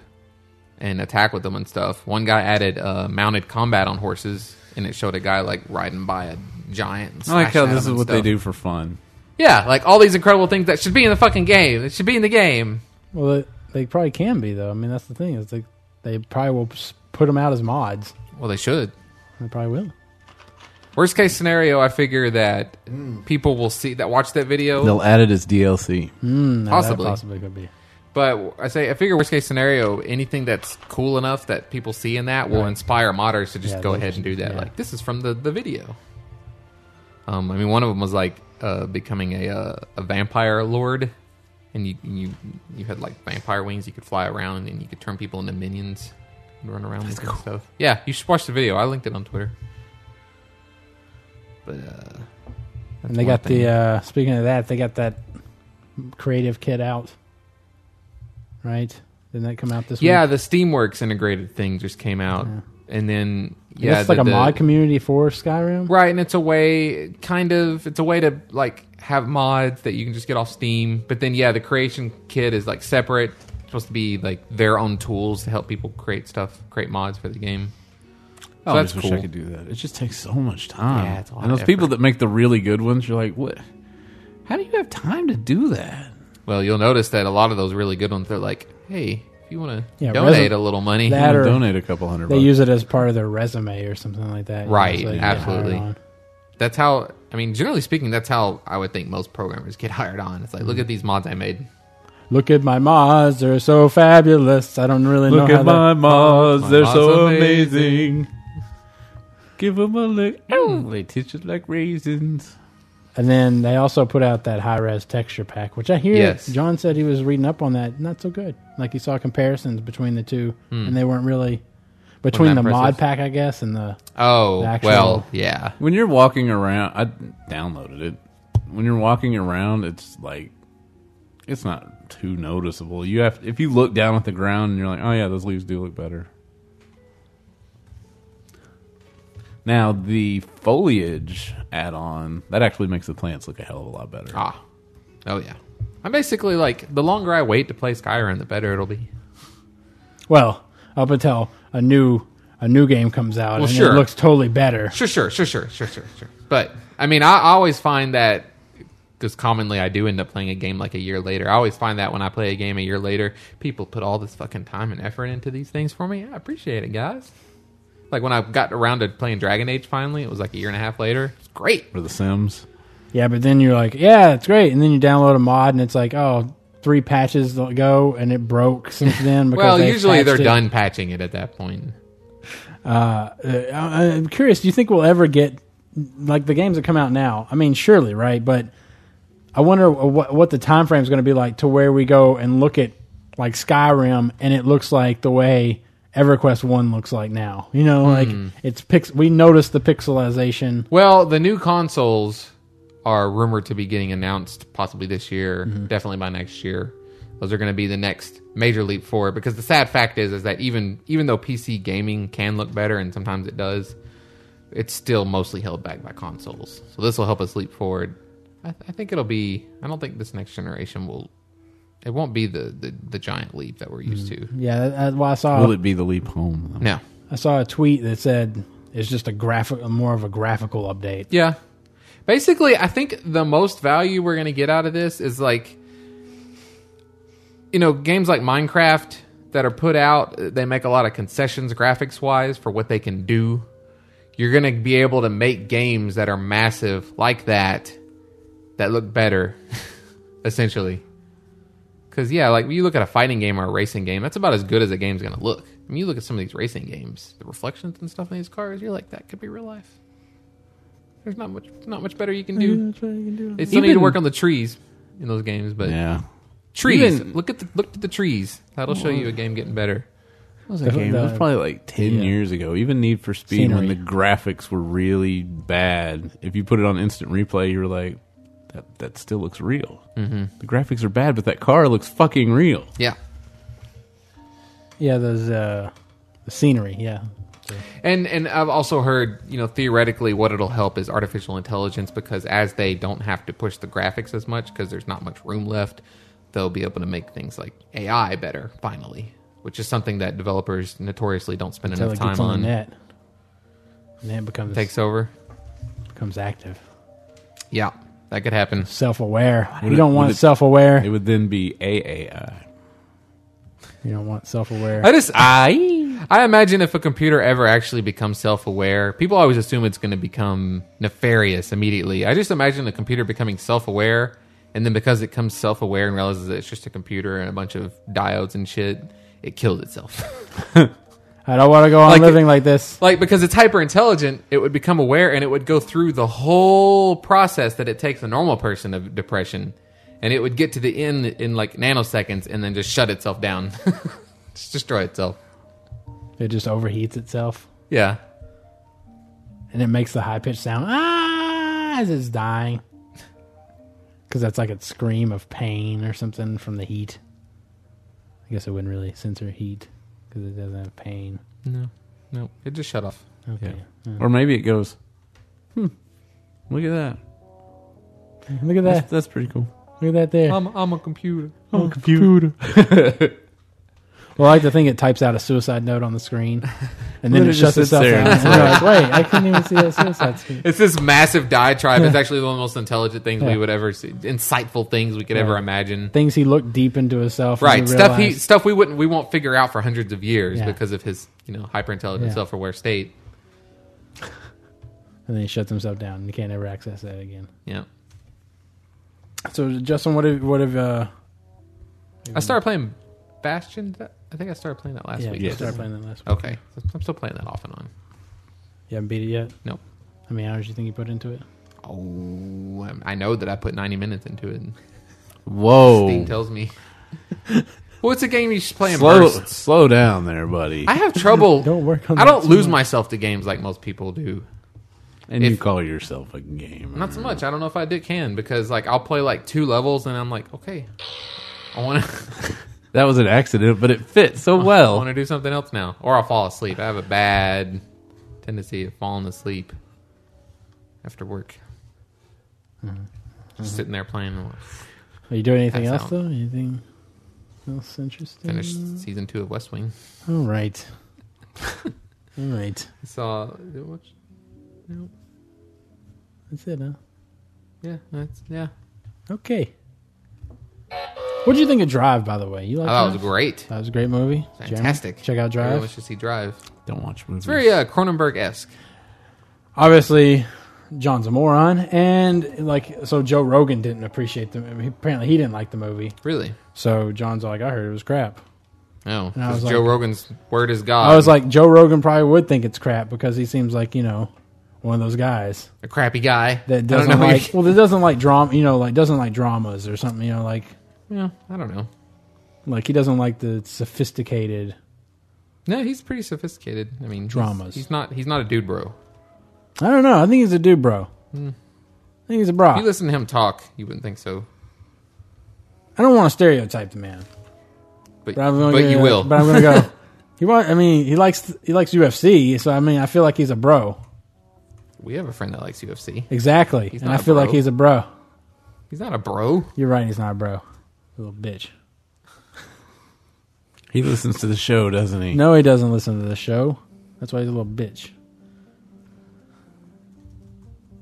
and attack with them and stuff. One guy added uh, mounted combat on horses, and it showed a guy like riding by a giant. and
I like
slashing
how
at
this
him
is
and
what they
stuff.
do for fun.
Yeah, like all these incredible things that should be in the fucking game. It should be in the game.
Well, it, they probably can be though. I mean, that's the thing is they they probably will s- put them out as mods.
Well, they should.
They probably will.
Worst case scenario, I figure that people will see that watch that video.
add it as DLC.
Hmm.
No, that
Possibly.
possibly could be.
But I say I figure worst case scenario, anything that's cool enough that people see in that will inspire modders to just
Yeah,
go
they
ahead and do that.
yeah.
Like this is from the the video. Um, I mean, one of them was like uh, becoming a uh, a vampire lord, and you you you had like vampire wings. You could fly around, and you could turn people into minions and run around with them and stuff. Yeah, you should watch the video. I linked it on Twitter. But uh,
And they got the uh, speaking of that, they got that creative kit out, right? Didn't that come out this
yeah
week?
the Steamworks integrated thing just came out, and then
Yeah,
yeah,
that's like
the-
a
the-
mod community for Skyrim.
Right, and it's a way, kind of, it's a way to like have mods that you can just get off Steam. But then, yeah, the creation kit is like separate. It's supposed to be like their own tools to help people create stuff, create mods for the game.
Oh,
that's
I just
cool.
wish I could do that. It just takes so much time.
Yeah, it's a lot
and
of
those people
effort.
that make the really good ones, you're like, what? How do you have time to do that?
Well, you'll notice that a lot of those really good ones, they're like, hey, if you want to
Yeah,
donate
Resident-
a little money,
that-
I'm gonna
Better-
donate a couple hundred.
They
bucks.
use it as part of their resume or something like that. you know,
Right,
so they get
absolutely.
hired on.
that's how. I mean, generally speaking, that's how I would think most programmers get hired on. It's like,
Mm.
look at these mods I made.
Look at my mods; they're so fabulous. I don't really
Look
know
at
how
my mods,
My
they're
mods
so
are amazing.
amazing. Give them a lick. Oh, they teach it like raisins.
that. And then they also put out that high res texture pack, which I hear
Yes.
John said he was reading up on that. Not so good. Like he saw comparisons between the two, and they weren't really between the
Hmm. Wasn't that
mod
impressive?
pack, I guess, and the
Oh,
The actual-
well, yeah.
When you're walking around, I downloaded it. When you're walking around, it's like it's not too noticeable. You have if you look down at the ground and you're like, oh yeah, those leaves do look better. Now the foliage add-on that actually makes the plants look a hell of a lot better.
Ah, oh yeah. I'm basically like, the longer I wait to play Skyrim, the better it'll be.
well, up until a new a new game comes out, and
sure.
it looks totally better.
Sure, sure, sure, sure, sure, sure, sure. But I mean, I, I always find that because commonly I do end up playing a game like a year later. I always find that when I play a game a year later, people put all this fucking time and effort into these things for me. I appreciate it, guys. Like when I got around to playing Dragon Age finally, it was like a year and a half later. It's great.
For the Sims,
Yeah, but then you're like, yeah, it's great, and then you download a mod, and it's like, oh, three patches go, and it broke since then. Because
Well,
they
usually
patched
they're
it.
done patching it at that point.
Uh, I- I'm curious. Do you think we'll ever get like the games that come out now? I mean, surely, right? But I wonder what what the time frame is going to be like to where we go and look at like Skyrim, and it looks like the way EverQuest One looks like now. You know, like
Hmm.
it's pix. We notice the pixelization.
Well, the new consoles are rumored to be getting announced possibly this year, definitely by next year. Those are going to be the next major leap forward because the sad fact is is that even even though PC gaming can look better and sometimes it does, it's still mostly held back by consoles. So this will help us leap forward. I, I think it'll be. I don't think this next generation will. It won't be the the, the giant leap that we're used to.
Yeah, that- that's why I saw
will it be the leap home? though?
No.
I saw a tweet that said it's just a graphic, more of a graphical update.
Yeah. Basically, I think the most value we're going to get out of this is like, you know, games like Minecraft that are put out, they make a lot of concessions graphics wise for what they can do. You're going to be able to make games that are massive like that, that look better, essentially. Because, yeah, like you look at a fighting game or a racing game, that's about as good as a game's going to look. I mean, you look at some of these racing games, the reflections and stuff in these cars, you're like, that could be real life. There's not much, not much better you can do. They still need to
Even-
work on the trees in those games, but
Yeah.
trees.
Even-
look at the look at the trees. That'll show you a game getting better.
That was
The-
a game. That was
the-
probably like ten
yeah.
years ago. Even Need for Speed, when
Scenery.
the graphics were really bad, if you put it on instant replay, you were like, "That that still looks real." Mm-hmm. The graphics are bad, but that car looks fucking real.
Yeah.
Yeah, those uh, the scenery. Yeah,
And and I've also heard, you know, theoretically what it'll help is artificial intelligence because as they don't have to push the graphics as much because there's not much room left, they'll be able to make things like AI better finally, which is something that developers notoriously don't spend
until
enough
it
time
gets on,
on.
the net, and then it becomes
Takes over.
becomes active,
Yeah. That could happen.
self aware. You
Would it-
don't
would
want
it-
self aware.
It would then be AAI.
You don't want self aware.
I just I I imagine if a computer ever actually becomes self-aware, people always assume it's going to become nefarious immediately. I just imagine the computer becoming self-aware, and then because it comes self-aware and realizes that it's just a computer and a bunch of diodes and shit, it kills itself.
I don't want to go on
Like-
living like this.
Like because it's hyper intelligent, it would become aware and it would go through the whole process that it takes a normal person of depression, and it would get to the end in like nanoseconds and then just shut itself down, just destroy itself.
It just overheats itself
Yeah,
and it makes the high pitched sound ah as it's dying. Because that's like a scream of pain or something from the heat. I guess it wouldn't really censor heat because it doesn't have pain.
no, it just shut off.
Okay.
Or maybe it goes, hmm, look at that.
Look at
That's,
that.
that's pretty cool.
Look at that there.
I'm I'm a computer.
Oh, computer.
Well, I like to think it types out a suicide note on the screen, and then
Then
it,
it just
shuts
sits
itself
there.
down. And you're like, wait, I couldn't even see that suicide screen.
It's this massive diatribe. It's actually one of the most intelligent things
Yeah.
we would ever see, insightful things we could ever imagine.
Things he looked deep into himself. and
Right,
he
stuff he
realized-
stuff we wouldn't we won't figure out for hundreds of years
Yeah.
because of his you know hyper intelligent
Yeah.
self aware state.
and then he shuts himself down. and You can't ever access that again.
Yeah.
So, Justin, what have what have uh,
I started playing Bastion. I think I started playing that last
yeah?
week.
You
Yes.
started playing that last week.
Okay, I'm still playing that off and on.
You haven't beat it yet.
No,
How many hours do you think you put into it?
oh, I'm- I know that I put 90 minutes into it. And Steam
Oh.
Whoa.
tells me. well, it's a game you should play in
Slow,
bursts.
slow down there, buddy.
I have trouble.
Don't work on
I
that
don't
too
lose
much.
myself to games like most people do.
and you
if-
call yourself a gamer.
Not so much. I don't know if I did can because like I'll play like two levels and I'm like, okay, I want to.
That was an accident, but it fit so
Oh, I
well.
want to do something else now, or I'll fall asleep. I have a bad tendency of falling asleep after work.
Mm-hmm.
Just sitting there playing. and
Are you doing anything
That's
else
out.
though? Anything else interesting?
Finished season two of West Wing.
All right. All right.
I saw. Did I watch? No.
That's it, huh?
Yeah. That's yeah.
Okay. What do you think of Drive? By the way, you
I
like
thought it
Drive?
Oh, was great.
That was a great movie. Jeremy,
Fantastic.
check out Drive.
Everyone should see Drive.
Don't watch movies.
It's very uh, Cronenberg esque.
obviously John's a moron, and like so Joe Rogan didn't appreciate the movie. Apparently, he didn't like the movie.
Really.
So John's like, I heard it was crap.
No.
And I was
Joe
like-
Rogan's word is God.
I was like, Joe Rogan probably would think it's crap because he seems like you know one of those guys
a crappy guy
that
I don't
doesn't
know what
like well that doesn't like drama you know like doesn't like dramas or something you know like
you- Yeah, I don't know.
like he doesn't like the sophisticated
No, he's pretty sophisticated. I mean, he's-
Dramas.
He's not. He's not a dude, bro.
I don't know I think he's a dude bro
Hmm.
I think he's a bro
If you listen to him talk, you wouldn't think so.
I don't want to stereotype the man
But,
But, I'm gonna
but
go-
you will.
But I'm gonna go. he want. I mean, he likes he likes UFC. So I mean, I feel like he's a bro.
we have a friend that likes UFC.
Exactly. and
not
I
a
feel like
bro.
he's a bro.
He's not a bro.
You're right. He's not a bro. Little bitch.
He listens to the show, doesn't he?
No, he doesn't listen to the show. That's why he's a little bitch.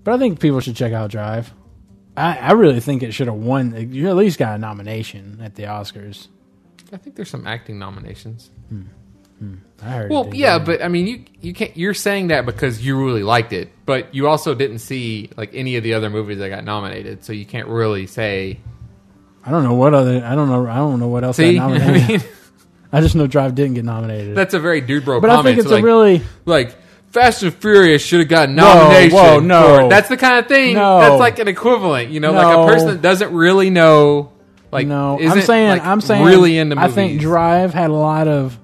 But I think people should check out Drive. I, I really think it should have won. You at least got a nomination at the Oscars.
I think there's some acting nominations.
I heard. it
Well,
did
yeah,
good.
but I mean, you you can't. You're saying that because you really liked it, but you also didn't see like any of the other movies that got nominated, so you can't really say.
I don't know what other. I don't know. I don't know what else.
See,
got
I
nominated. I,
mean,
just know Drive didn't get nominated.
that's a very dude bro
but I
comment.
think it's
so,
a
like,
really.
like Fast and Furious should have gotten nomination.
whoa, no.
for- that's the kind of thing.
No.
That's like an equivalent, you know, like
No.
a person that doesn't really know. Like,
no,
isn't,
I'm saying
like,
I'm saying
really into. Movies.
I think Drive had a lot of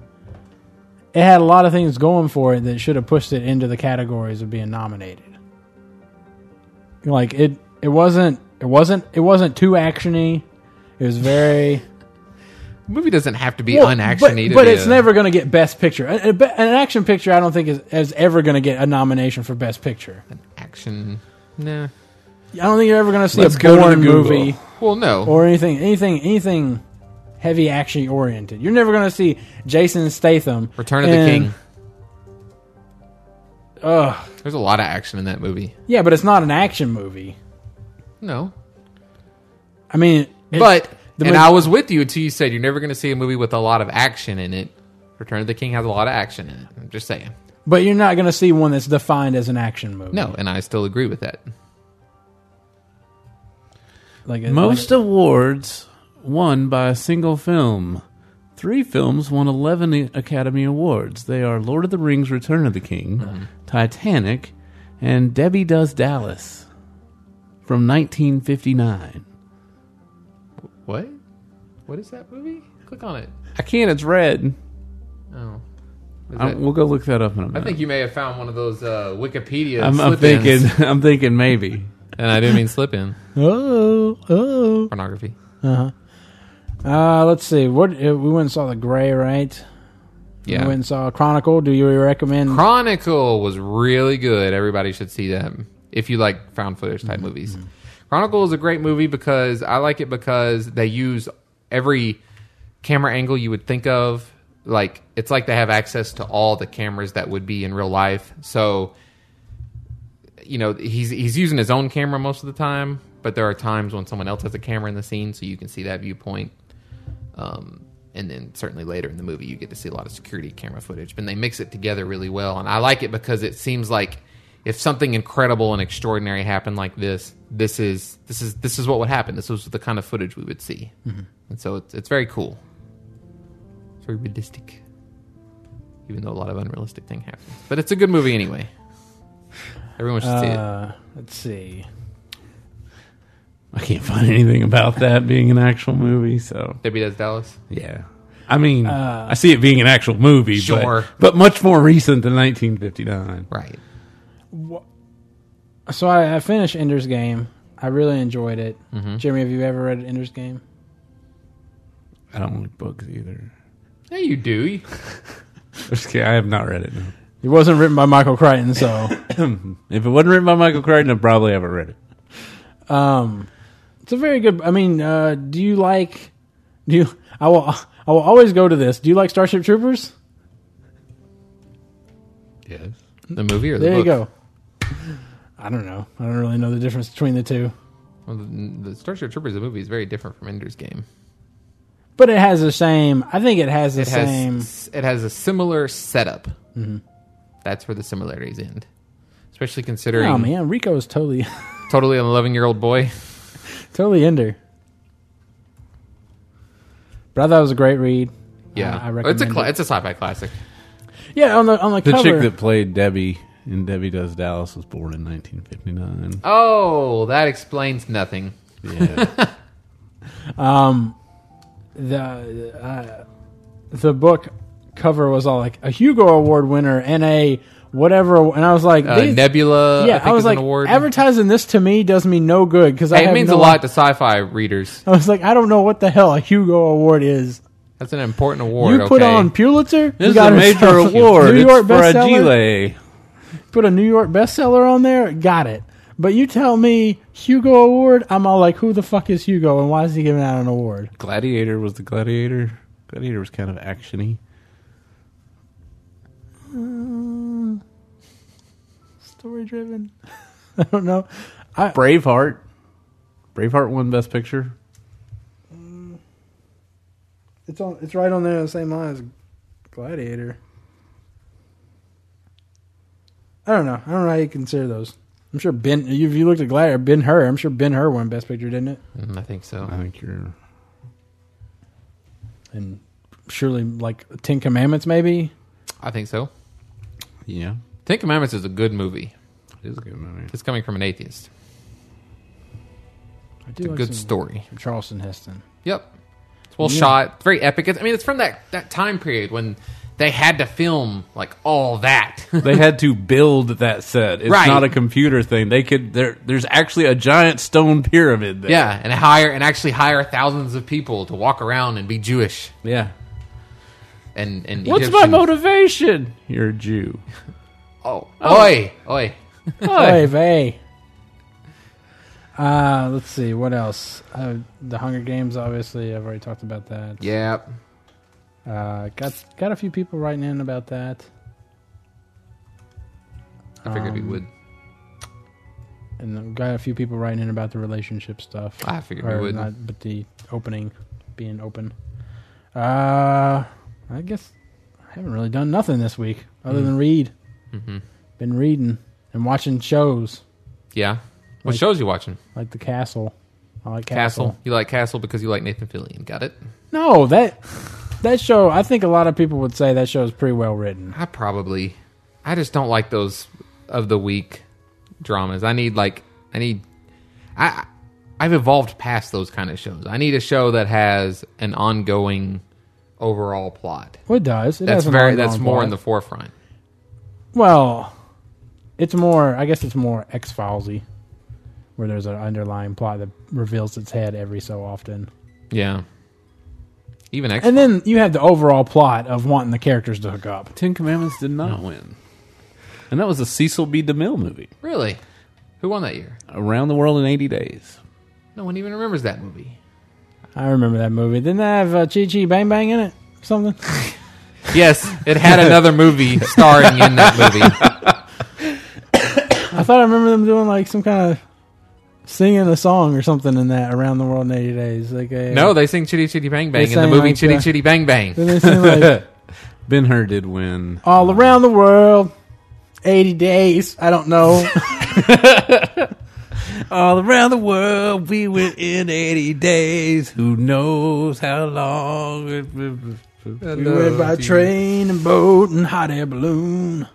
it had a lot of things going for it that should have pushed it into the categories of being nominated. Like it, it wasn't, it wasn't, it wasn't too actiony. It was very
movie doesn't have to be
Well,
unactiony. to
but, but
be
it's
a-
never going to get Best Picture. A- a- An action picture, I don't think is, is ever going to get a nomination for Best Picture.
action. Nah.
I don't think you're ever going to see
Let's
a
go to
Bourne
the Google.
movie.
Well, no.
or anything, anything, anything heavy action oriented. You're never going to see Jason Statham.
Return of the
in-
King.
Ugh.
There's a lot of action in that movie.
Yeah, but it's not an action movie.
No.
I mean, it-
but
the
and
mo-
I was with you until you said you're never going to see a movie with a lot of action in it. Return of the King has a lot of action in it. I'm just saying.
but you're not going to see one that's defined as an action movie.
No, and I still agree with that.
like it-
Most awards won by a single film. Three films won 11 Academy Awards. They are Lord of the Rings Return of the King, Titanic, and Debbie Does Dallas from 1959.
What? What is that movie? Click on it.
I can't, it's red.
Oh. Is
I-
that-
we'll go look that up in a minute.
I think you may have found one of those uh, Wikipedia.
I'm, I'm
slip-ins.
thinking, I'm thinking maybe.
and I didn't mean slip in
Oh,
uh,
oh.
pornography.
Uh, let's see. What uh, we went and saw the Gray, right? We
Yeah,
went and saw Chronicle. Do you recommend?
Chronicle was really good. Everybody should see that if you like found footage type movies. Chronicle is a great movie because I like it because they use every camera angle you would think of. Like it's like they have access to all the cameras that would be in real life. So you know he's he's using his own camera most of the time, but there are times when someone else has a camera in the scene, so you can see that viewpoint. Um, and then certainly later in the movie, you get to see a lot of security camera footage. But they mix it together really well, and I like it because it seems like if something incredible and extraordinary happened like this, this is this is this is what would happen. This was the kind of footage we would see,
Mm-hmm.
and so it's it's very cool. It's very realistic, even though a lot of unrealistic thing happens. But it's a good movie anyway. Everyone should see it.
Uh, let's see.
I can't find anything about that being an actual movie, so
Debbie Does Dallas.
yeah. I mean,
Uh,
I see it being an actual movie, but-
Sure.
but, much more recent than 1959.
Right.
So I, I finished Ender's Game. I really enjoyed it.
Mm-hmm.
Jeremy, have you ever read Ender's Game?
I don't like books either.
Yeah, you do. You-
I'm just kidding, I have not read it. No.
It wasn't written by Michael Crichton, so
If it wasn't written by Michael Crichton, I probably haven't read it.
um, it's a very good. I mean, uh, do you like? Do you? I will. I will always go to this. Do you like Starship Troopers?
Yes.
The movie or the
There you
book?
go. I don't know. I don't really know the difference between the two,
Well, the, the Starship Troopers the movie is very different from Ender's Game.
but it has the same. I think it has the
It has
same. Mm-hmm.
s- it has a similar setup. That's where the similarities end. Especially considering
Oh man, Rico is totally,
totally an eleven-year-old boy.
totally Ender. But I thought it was a great read.
Yeah,
I, I
it's a
recommend
cla-
it.
it's a sci-fi classic.
Yeah, on the on the,
The
cover.
chick that played Debbie in Debbie Does Dallas was born in 1959.
Oh, that explains nothing.
Yeah.
the uh, the book cover was all like a Hugo Award winner and a whatever, and I was like,
Uh,
these-
Nebula. I,
yeah,
think
I, was
is
like,
an award.
advertising this to me does me no good because
Hey, it means a lot to sci-fi readers.
I was like, I don't know what the hell a Hugo Award is.
That's an important award.
you put
okay?
on Pulitzer,
this
you
is a major
yourself
award.
New
It's
York
for a
bestseller.
Gile.
Put a New York bestseller on there, got it. But you tell me Hugo Award, I'm all like, who the fuck is Hugo and why is he giving out an award?
Gladiator was the Gladiator. Gladiator was kind of actiony.
Story driven. I don't know. I,
Braveheart. Braveheart won Best Picture.
It's on. It's right on there, on the same line as Gladiator. I don't know. I don't know how you consider those. I'm sure Ben. If you looked at Gladiator, Ben Hur. I'm sure Ben Hur won Best Picture, didn't it?
Mm, I think so.
I think you're.
And surely, like Ten Commandments, maybe.
I think so.
Yeah.
Ten Commandments is a good movie.
It is a good movie.
It's coming from an atheist.
I do
It's a
like
good
some-
story.
some Charleston Heston.
Yep. It's well shot. It's very epic. It's, I mean, it's from that, that time period when they had to film like all that.
they had to build that set. It's
Right.
not a computer thing. They could there. There's actually a giant stone pyramid there.
yeah, and hire and actually hire thousands of people to walk around and be Jewish
Yeah.
and and
What's my
Egyptian.
motivation? You're a Jew.
Oh, oi, oi.
Oy vey. Uh, let's see what else. Uh, the Hunger Games, obviously, I've already talked about that.
Yep.
Uh, got got a few people writing in about that.
I figured we would.
and I've got a few people writing in about the relationship stuff.
I figured
Or
we would.
not, but the opening being open. Uh, I guess I haven't really done nothing this week other
Hmm.
than read.
Mm-hmm.
Been reading and watching shows
Yeah. What
Like-
shows you watching?
like The Castle. I like
Castle.
Castle.
You like Castle because you like Nathan Fillion. Got it?
No, that that show, I think a lot of people would say that show is pretty well written.
I probably. I just don't like those of the week dramas. I need like I need I I've evolved past those kind of shows. I need a show that has an ongoing overall plot.
Well, it does. It has
That's
an
very
ongoing
that's more
plot.
in the forefront.
Well, it's more. I guess it's more X Filesy, where there's an underlying plot that reveals its head every so often.
Yeah. Even X
And then you have the overall plot of wanting the characters to hook up.
Ten Commandments did not win, and that was a Cecil B. DeMille movie.
really. Who won that year?
Around the World in Eighty Days.
No one even remembers that movie.
I remember that movie. Didn't that have uh, Chi Chi Bang Bang in it? Something.
Yes, it had another movie starring in that movie.
I thought I remember them doing like some kind of singing a song or something in that around the world in eighty days. Like uh, a,
No, they sing Chitty Chitty Bang Bang in the
sang
movie
like
Chitty
that.
Chitty Bang Bang.
Then they sing like
Ben Hur did win.
all around the world, eighty days. I don't know.
All around the world, we went in 80 days. Who knows how long?
We went by train and boat and hot air balloon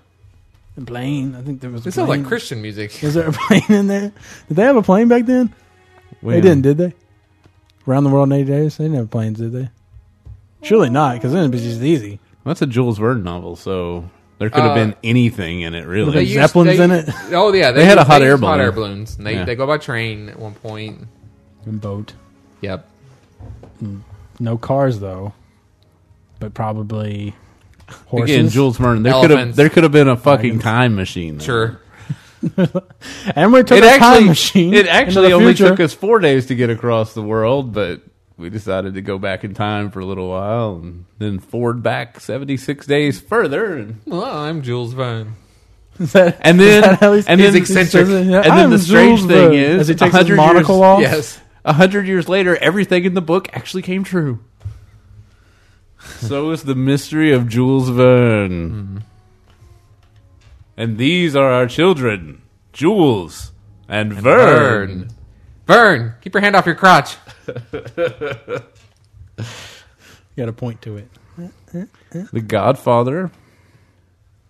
and plane. I think there was. A
This sounds like
plane.
Christian music.
Was there a plane in there? Did they have a plane back then? They didn't, did they? Around the world in eighty days. They didn't have planes, did they? Surely not, because then it'd be just easy.
That's a Jules Verne novel, so there could have
Uh,
been anything in it, really.
They Zeppelins
they-
in it?
Oh yeah,
They had a
used-
hot air
used
balloon.
balloons. And they
Yeah.
they go by train at one point.
And boat.
Yep.
No cars though, but probably horses.
Again, Jules Verne. There could have
Elephants.
there could have been a fucking
Dragons.
time machine. there.
Sure.
and we took
It
a
actually
time machine.
it actually
into the
only
future.
took us four days to get across the world, but we decided to go back in time for a little while and then forward back seventy six days further and
Well, I'm Jules Verne.
Is that-
And then-
is that how he's-
and then-
he says
eccentric.
it? Yeah,
and then
I'm
the strange
Jules
thing
Verne.
is,
as he takes
100
his monocle
years-
off.
Yes.
A hundred years later, everything in the book actually came true. so is the mystery of Jules Verne. Mm-hmm. And these are our children, Jules and, Verne.
Verne. Verne, keep your hand off your crotch.
You got a point to it.
The Godfather.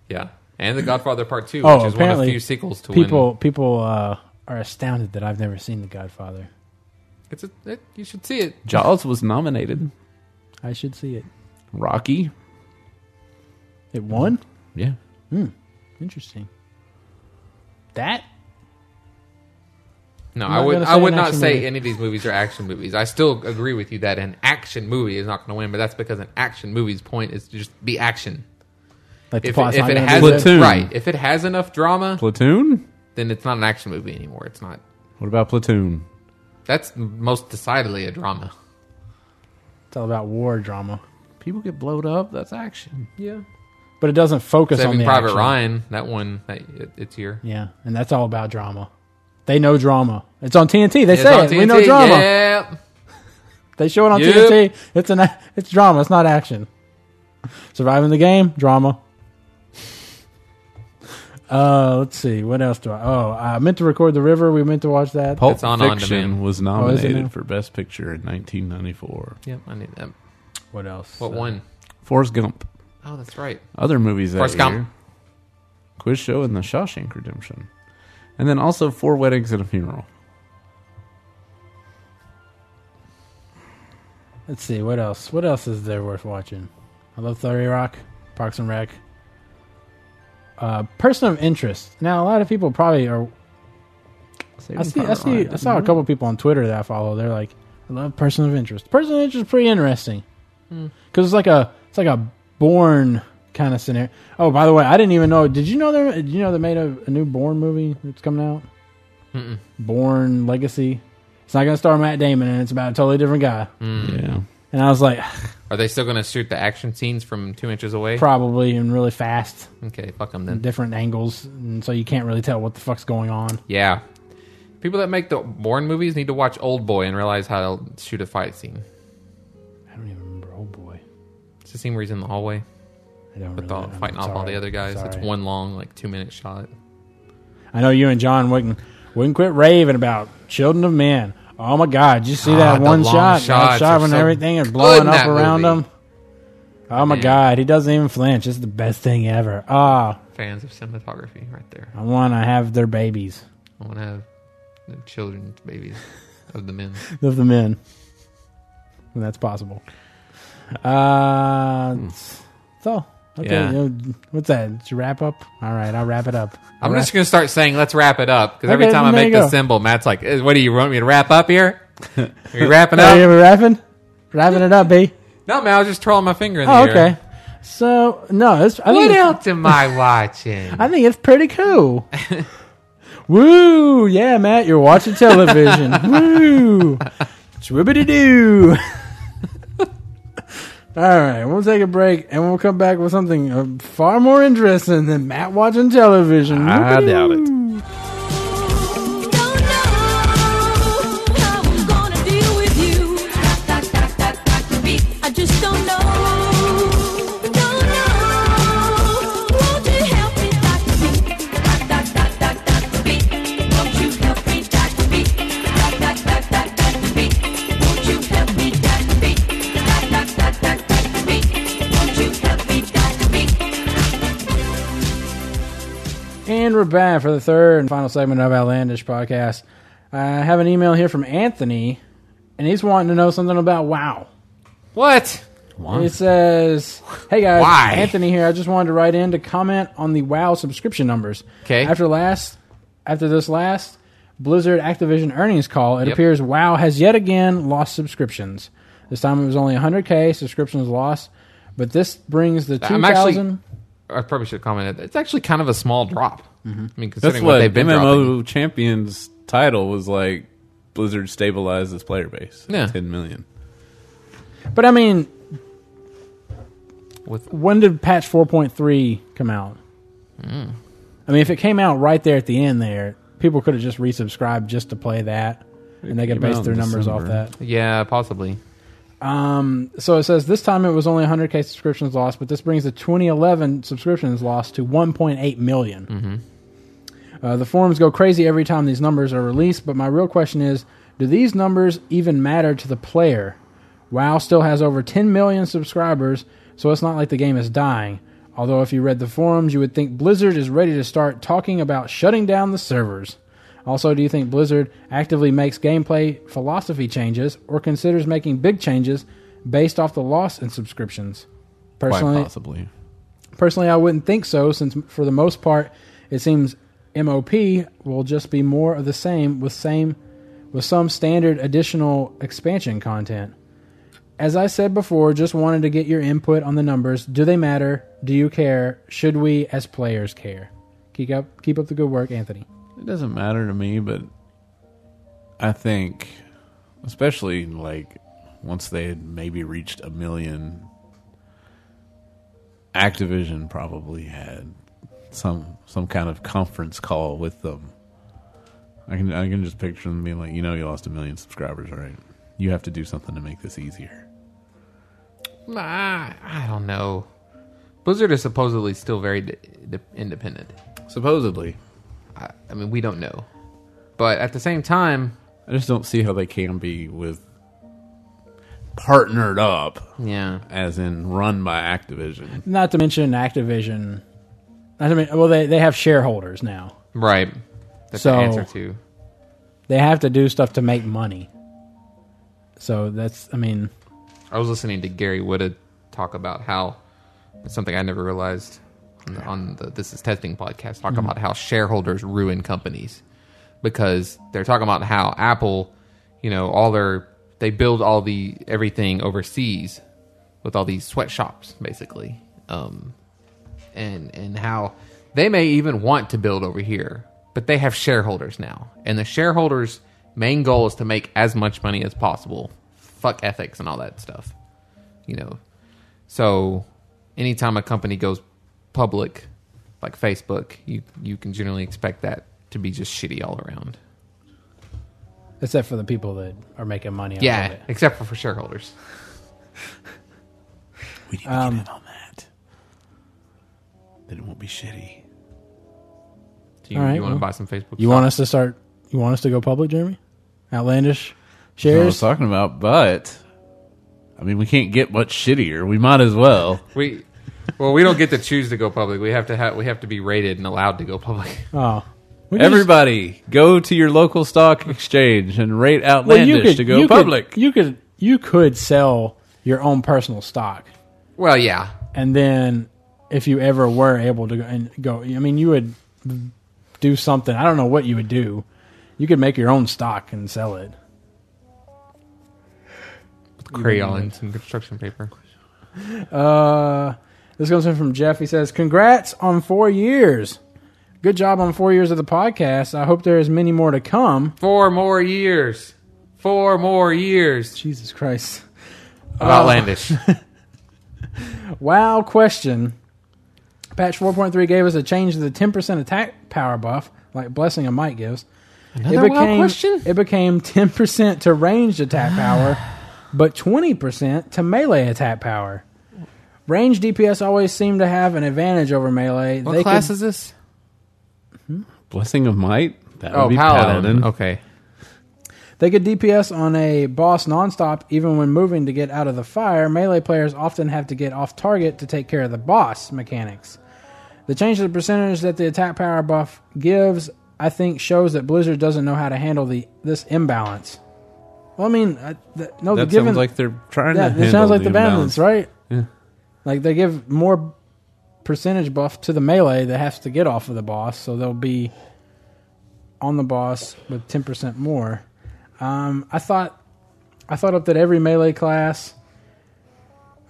Yeah. And The Godfather Part Two,
Oh,
which is one of
apparently
few sequels to
People,
win.
people uh, are astounded that I've never seen The Godfather.
It's a, it, you should see it.
Jaws was nominated.
I should see it.
Rocky.
It won.
Yeah.
Interesting. That
No,
I'm
I
not
would
gonna
I
say
would
an
not
action
say
movie.
any of these movies are action movies. I still agree with you that an action movie is not going to win, but that's because an action movie's point is to just be action.
like the
If
plot's
it, if
not
it
gonna
has
be
Platoon.
there.
right, if it has enough drama,
Platoon.
then it's not an action movie anymore. It's not.
What about Platoon?
That's most decidedly a drama.
it's all about war drama,
People get blowed up. That's action.
Yeah.
but it doesn't focus on
Saving
the
Private
action.
Ryan, that one, that, it, it's here.
Yeah, and that's all about drama. They know drama. It's on TNT. They
It's
say
on
it. We know
TNT,
drama.
Yep.
They show it on
Yep.
TNT. It's an a- it's drama. It's not action. Surviving the game, drama. Uh, let's see. What else do I? Oh, I meant to record the river. We meant to watch that.
Pulp
It's on On
Fiction
Demand. Oh,
was
it
nominated
now?
for Best Picture in 1994.
Yep, I need that.
What else?
What
Uh,
one?
Forrest Gump.
Oh, that's right.
other movies that
Forrest
year.
Gump.
Quiz Show and The Shawshank Redemption, and then also Four Weddings and a Funeral.
Let's see. What else? What else is there worth watching? I love Thirty Rock, Parks and Rec. Uh, person of interest. Now, a lot of people probably are I see. I see. I
Mm-hmm.
saw a couple people on Twitter that I follow. They're like, "I love person of interest. Person of interest is pretty interesting because it's like a it's like a born kind of scenario. Oh, by the way, I didn't even know. Did you know they Did you know they made a, a new Born movie that's coming out? Born Legacy. It's not going to star Matt Damon, and it's about a totally different guy.
Mm.
Hmm.
Yeah,
And I was like,
Are they still going to shoot the action scenes from two inches away?
probably and really fast,
okay, fuck them then.
different angles, and so you can't really tell what the fuck's going on.
Yeah. People that make the Bourne movies need to watch Old Boy and realize how to shoot a fight scene.
I don't even remember. Oh boy,
It's the scene where he's in the hallway
I don't.
with
really,
all,
I'm
fighting off all
sorry.
the other guys. It's
Sorry.
one long, like two minute shot.
I know you and John wouldn't wouldn't quit raving about Children of Men. Oh my God! Did you see
God,
that
the
one
long
shot? That
shots
shot
are
when
so
everything is
good
blowing
in
up
that
around
movie.
them. Oh my
Man.
god, he doesn't even flinch. It's the best thing ever. Ah,
Fans of cinematography, right there.
I want to have their babies
I want to have the children's babies of the men.
of the men. When that's possible.
Hmm.
Uh, so okay,
Yeah.
you know, what's that? Did you wrap up? All right, I'll wrap it up.
I'm
Wrap-
just going to start saying, let's wrap it up. Because every
Okay,
time I
there you
make the
go.
symbol, Matt's like, "Eh, what do you want me to wrap up here? Are you wrapping
Are you
up?
wrapping? Wrapping it up, B.
No, man, I was just twirling my finger in the
Oh,
air.
okay. So no, it's, I
What
think
else am I watching?
I think it's pretty cool. Woo! Yeah, Matt, you're watching television. Woo! Swibbity doo! All right, we'll take a break and we'll come back with something uh, far more interesting than Matt watching television.
I doubt it.
Don't know how I'm gonna deal with you. Doc, doc, doc, Dr. B. I just don't know. Don't know. Won't you help me, Dr. B? Doc, doc, doc, doc, Dr. B. Won't you help me, Dr. B? Doc, doc, doc, doc, Dr. B. Won't you help me, Dr. B? Doc, doc, doc, doc, Dr. B. Won't you help me, Dr. B?
And we're back for the third and final segment of Outlandish Podcast. I have an email here from Anthony, and he's wanting to know something about WoW.
What?
It says, "Hey guys,
Why?
Anthony here. I just wanted to write in to comment on the WoW subscription numbers.
'Kay.
After last, after this last Blizzard Activision earnings call, it
Yep.
appears WoW has yet again lost subscriptions. This time it was only 100k subscriptions lost, but this brings the
I'm actually-
2,000.
I probably should have commented. It's actually kind of a small drop.
Mm-hmm.
I mean, considering
That's
what,
what
they've been dropping.
MMO Champions title was like. Blizzard stabilized its player base. at
Yeah.
ten million.
But I mean,
With-
when did patch 4.3 come out? I mean, if it came out right there at the end, there people could have just resubscribed just to play that, and they could
came
base
out
their
in
numbers off
December.
that.
Yeah, possibly.
So it says this time it was only 100k subscriptions lost, but this brings the 2011 subscriptions lost to 1.8 million. Uh, the forums go crazy every time these numbers are released, but my real question is do these numbers even matter to the player? WoW still has over 10 million subscribers, so it's not like the game is dying. Although, if you read the forums, you would think Blizzard is ready to start talking about shutting down the servers. Also, do you think Blizzard actively makes gameplay philosophy changes or considers making big changes based off the loss in subscriptions?
Quite
Personally,
possibly.
Personally, I wouldn't think so, since for the most part, it seems MOP will just be more of the same with same with some standard additional expansion content. As I said before, just wanted to get your input on the numbers. Do they matter? Do you care? Should we as players care? Keep up keep up the good work, Anthony.
It doesn't matter to me, but I think, especially like once they had maybe reached a million, Activision probably had some some kind of conference call with them. I can I can just picture them being like, you know, you lost a million subscribers, all right? You have to do something to make this easier.
Ah, I don't know. Blizzard is supposedly still very d- d- independent.
Supposedly,
I, I mean, we don't know. But at the same time,
I just don't see how they can be with partnered up,
yeah.
as in run by Activision.
Not to mention Activision. Not to men- well, they, they have shareholders now.
Right. That's
So-
the answer to.
They have to do stuff to make money. So that's, I mean,
I was listening to Gary Whitta talk about how something I never realized on the, on the This Is Testing podcast talk about how shareholders ruin companies because they're talking about how Apple, you know, all their they build all the everything overseas with all these sweatshops basically, um, and and how they may even want to build over here, but they have shareholders now, and the shareholders' main goal is to make as much money as possible. Fuck ethics and all that stuff, you know. So, anytime a company goes public, like Facebook, you you can generally expect that to be just shitty all around.
except for the people that are making money off
Yeah,
of it.
except for, for shareholders.
We need to
Um,
get in on that. Then it won't be shitty.
Do you,
All right,
you want
well,
to buy some Facebook?
You want us to start? You want us to go public, Jeremy? Outlandish shares?
talking about, but I mean, we can't get much shittier. We might as well.
We well, we don't get to choose to go public. We have to have we have to be rated and allowed to go public.
Oh, We just-
Everybody, go to your local stock exchange and rate
well,
Outlandish
you could,
to go
you
public.
Could, you could you could sell your own personal stock,
Well, yeah,
and then if you ever were able to go and go, I mean, you would do something. I don't know what you would do. You could make your own stock and sell it.
crayons and construction paper.
Uh, this comes in from Jeff. He says, "Congrats on four years. Good job on four years of the podcast. I hope there is many more to come."
Four more years. Four more years.
Jesus Christ.
Of Outlandish.
Wow question. Patch 4.3 gave us a change to the 10% attack power buff, like Blessing of Might gives. Another
wow question?
It became 10% to ranged attack power, but 20% to melee attack power. Range DPS always seem to have an advantage over melee.
What
They
class
could-
is this?
Blessing of Might? That
Oh,
would be
paladin.
Paladin.
Okay.
They could DPS on a boss nonstop even when moving to get out of the fire. Melee players often have to get off target to take care of the boss mechanics. The change to the percentage that the attack power buff gives, I think, shows that Blizzard doesn't know how to handle the this imbalance. Well, I mean, I, th- no, the
That
given
sounds like they're trying
yeah,
to
it
handle
sounds like the
imbalance.
balance, right? Yeah. Like they give more percentage buff to the melee that has to get off of the boss, so they'll be on the boss with ten percent more. Um, I thought I thought up that every melee class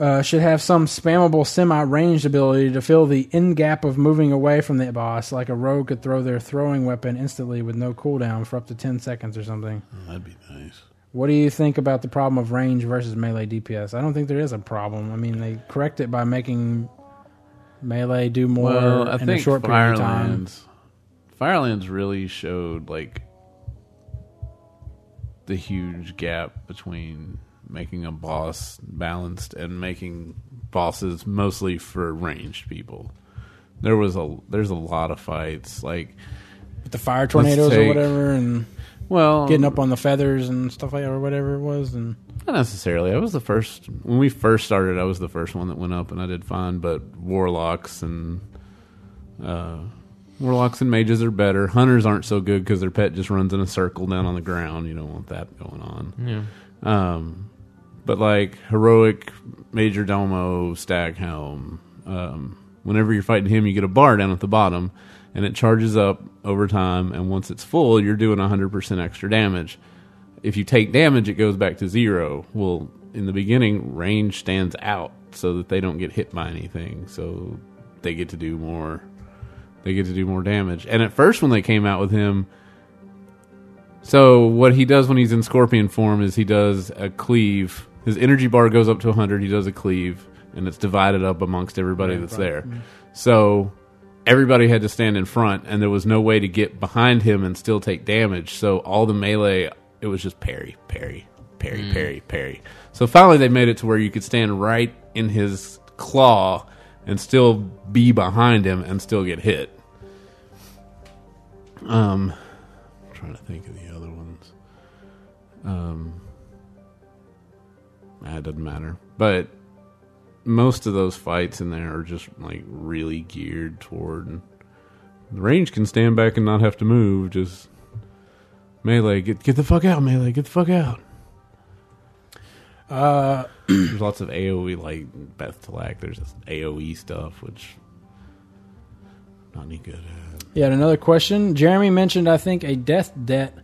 uh, should have some spammable semi ranged ability to fill the end gap of moving away from the boss, like a rogue could throw their throwing weapon instantly with no cooldown for up to ten seconds or something.
That'd be nice.
What do you think about the problem of range versus melee DPS? I don't think there is a problem. I mean, they correct it by making melee do more
Well, I
in
think
a short period of time.
Firelands, Firelands really showed like the huge gap between making a boss balanced and making bosses mostly for ranged people. There was a there's a lot of fights like
With the fire tornadoes or
take-
whatever, and
well
getting up on the feathers and stuff like that, or whatever it was. And
Not necessarily. I was the first when we first started. I was the first one that went up, and I did fine. But warlocks and uh, warlocks and mages are better. Hunters aren't so good because their pet just runs in a circle down on the ground. You don't want that going on. Yeah. Um, but like heroic major domo staghelm. Um, whenever you're fighting him, you get a bar down at the bottom, and it charges up over time. And once it's full, you're doing 100% extra damage if you take damage, it goes back to zero. Well, in the beginning, range stands out so that they don't get hit by anything. So they get to do more. They get to do more damage. And at first, when they came out with him, so what he does when he's in scorpion form is he does a cleave. His energy bar goes up to 100. He does a cleave, and it's divided up amongst everybody that's there. So everybody had to stand in front, and there was no way to get behind him and still take damage. So all the melee, it was just parry, parry, parry, parry, parry. So finally, they made it to where you could stand right in his claw and still be behind him and still get hit. Um, I'm trying to think of the other ones. Um, ah, it doesn't matter. But most of those fights in there are just like really geared toward. The range can stand back and not have to move. Just melee, get get the fuck out, melee, get the fuck out.
uh,
There's lots of AOE like Beth Talak. There's this AOE stuff which not any good. At.
yet another question. Jeremy mentioned, I think, a death debt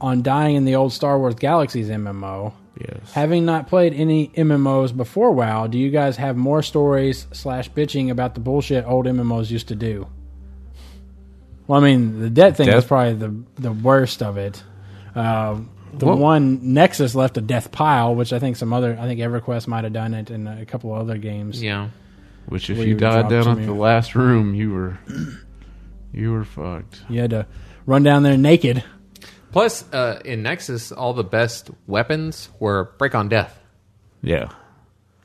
on dying in the old Star Wars Galaxies MMO.
Yes.
Having not played any MMOs before WoW, do you guys have more stories slash bitching about the bullshit old MMOs used to do? Well, I mean, the debt thing is
Death-
probably the the worst of it. Uh, the
Well-
one Nexus left a death pile, which I think some other, I think EverQuest might have done it, and a couple other games.
Yeah.
Which, if
Where
you
you
died
dropped
down
some
at
of
the
your-
last room, you were you were fucked.
You had to run down there naked.
Plus, uh, in Nexus, all the best weapons were break on death.
Yeah,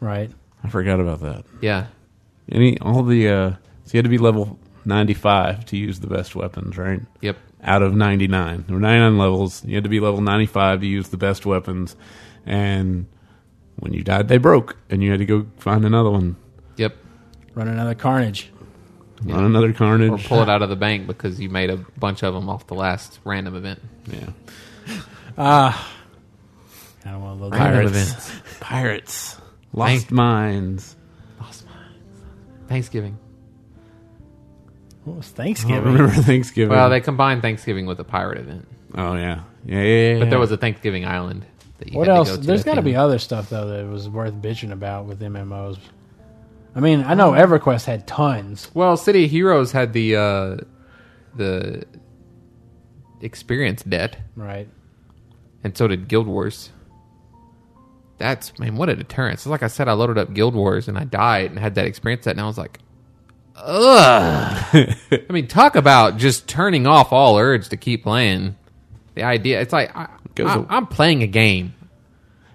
Right.
I forgot about that.
Yeah.
Any all the uh, so you had to be level ninety five to use the best weapons, right?
Yep.
Out of ninety nine, there were ninety nine levels. You had to be level ninety five to use the best weapons, and when you died, they broke, and you had to go find another one,
Yep.
Run another carnage.
run another carnage,
Or pull it out of the bank because you made a bunch of them off the last random event.
Yeah,
I don't want to load
Random
that.
events.
pirates, lost
Thank-
mines.
Thanksgiving.
What was
I
Thanksgiving?
Oh, remember Thanksgiving.
Oh, Well, they combined Thanksgiving with a pirate event,
oh yeah, yeah, yeah. yeah,
but
yeah.
there was a Thanksgiving island. That you
What
had
else?
To go to
There's got to
to
be other stuff though that was worth bitching about with MMOs. I mean, I know EverQuest had tons.
Well, City of Heroes had the uh, the experience debt,
Right.
and so did Guild Wars. That's man, what a deterrent! So, like I said, I loaded up Guild Wars and I died and had that experience debt, and I was like, ugh. I mean, talk about just turning off all urge to keep playing. The idea, it's like I,
Goes
I,
a-
I'm playing a game.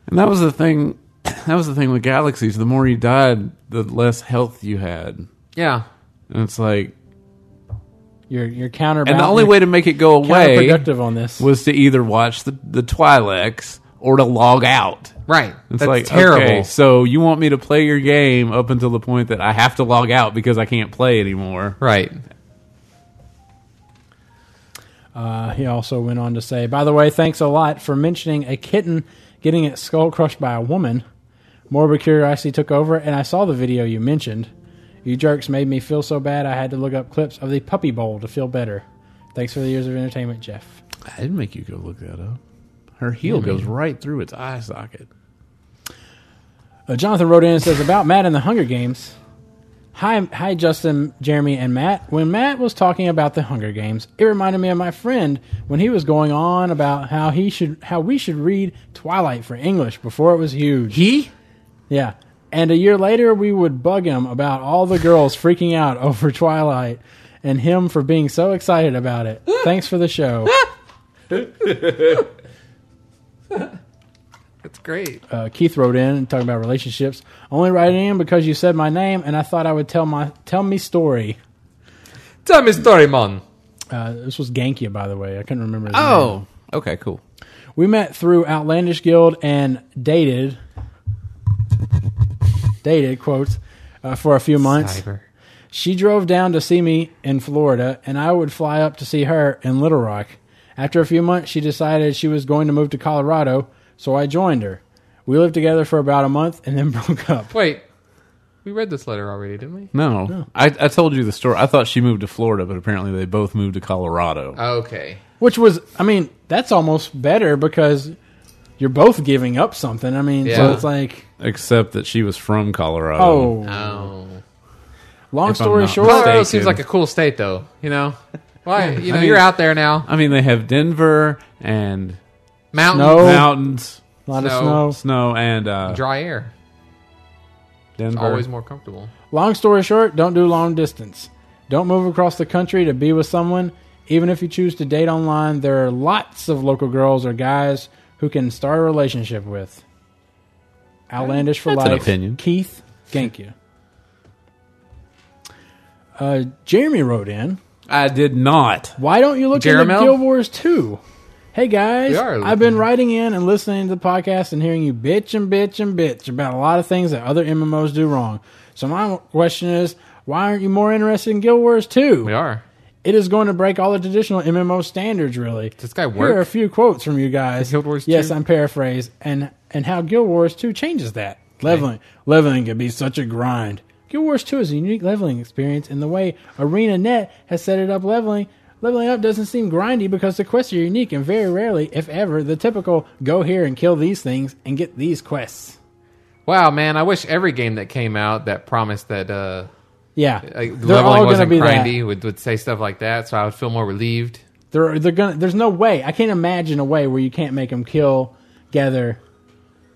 and that was the thing. That was the thing with galaxies. The more you died, the less health you had,
Yeah,
and it's like,
Your your counter
and the only way to make it go away
counterproductive on this.
was to either watch the the Twi'leks or to log out.
right.
It's
That's
like
terrible.
okay, so you want me to play your game up until the point that I have to log out because I can't play anymore.
Right.
Uh, he also went on to say, by the way, thanks a lot for mentioning a kitten getting its skull crushed by a woman. Morbid curiosity took over, and I saw the video you mentioned. You jerks made me feel so bad I had to look up clips of the puppy bowl to feel better. Thanks for the years of entertainment, Jeff.
I didn't make you go look that up. Her heel goes right through its eye socket.
Uh, Jonathan wrote in and says about Matt and the Hunger Games. Hi, hi, Justin, Jeremy, and Matt. When Matt was talking about the Hunger Games, it reminded me of my friend when he was going on about how he should, how we should read Twilight for English before it was huge.
He?
Yeah. And a year later, we would bug him about all the girls freaking out over Twilight and him for being so excited about it. Thanks for the show.
That's great.
Uh, Keith wrote in and talking about relationships. Only writing in because you said my name and I thought I would tell my tell me story.
Tell me a story, man.
Uh, this was Gankia, by the way. I couldn't remember. His name.
Oh, okay, cool.
we met through Outlandish Guild and dated, dated quotes uh, for a few months.
Cyber.
She drove down to see me in Florida, and I would fly up to see her in Little Rock. After a few months, she decided she was going to move to Colorado, so I joined her. We lived together for about a month and then broke up.
Wait, we read this letter already, didn't we?
No, I, I told you the story. I thought she moved to Florida, but apparently they both moved to Colorado.
Okay.
Which was, I mean, that's almost better because you're both giving up something. I mean, so
Yeah.
it's like,
except that she was from Colorado.
oh.
Oh.
Long
If I'm
story
not
short,
Colorado
Mistaken.
seems like a cool state, though. You know, why? You know,
mean-
you're out there now.
I mean, they have Denver and
Mountain,
No.
mountains,
a lot of
snow.
snow.
snow, and uh,
dry air.
Denver.
Always more comfortable.
Long story short, don't do long distance. Don't move across the country to be with someone. Even if you choose to date online, there are lots of local girls or guys who can start a relationship with. Outlandish for
That's an
life.
opinion.
Keith, thank you. Uh, Jeremy wrote in.
I did not.
Why don't you look
Jeremel?
into Guild Wars 2? Hey guys,
We are
I've
looking.
been writing in and listening to the podcast and hearing you bitch and bitch and bitch about a lot of things that other MMOs do wrong. So my question is, why aren't you more interested in Guild Wars 2?
We are.
It is going to break all the traditional MMO standards, really.
Does this guy
Here are a
work?
few quotes from you guys.
Guild Wars
yes,
2?
I'm paraphrased, and and how Guild Wars 2 changes that leveling. Leveling can be such a grind. Guild Wars 2 is a unique leveling experience in the way ArenaNet has set it up. Leveling leveling up doesn't seem grindy because the quests are unique and very rarely, if ever, the typical go here and kill these things and get these quests.
Wow, man! I wish every game that came out that promised that uh,
Yeah,
like,
they're all
leveling
going to
wasn't
be that.
grindy would would say stuff like that, so I would feel more relieved.
They're, they're gonna, there's no way. I can't imagine a way where you can't make them kill, gather,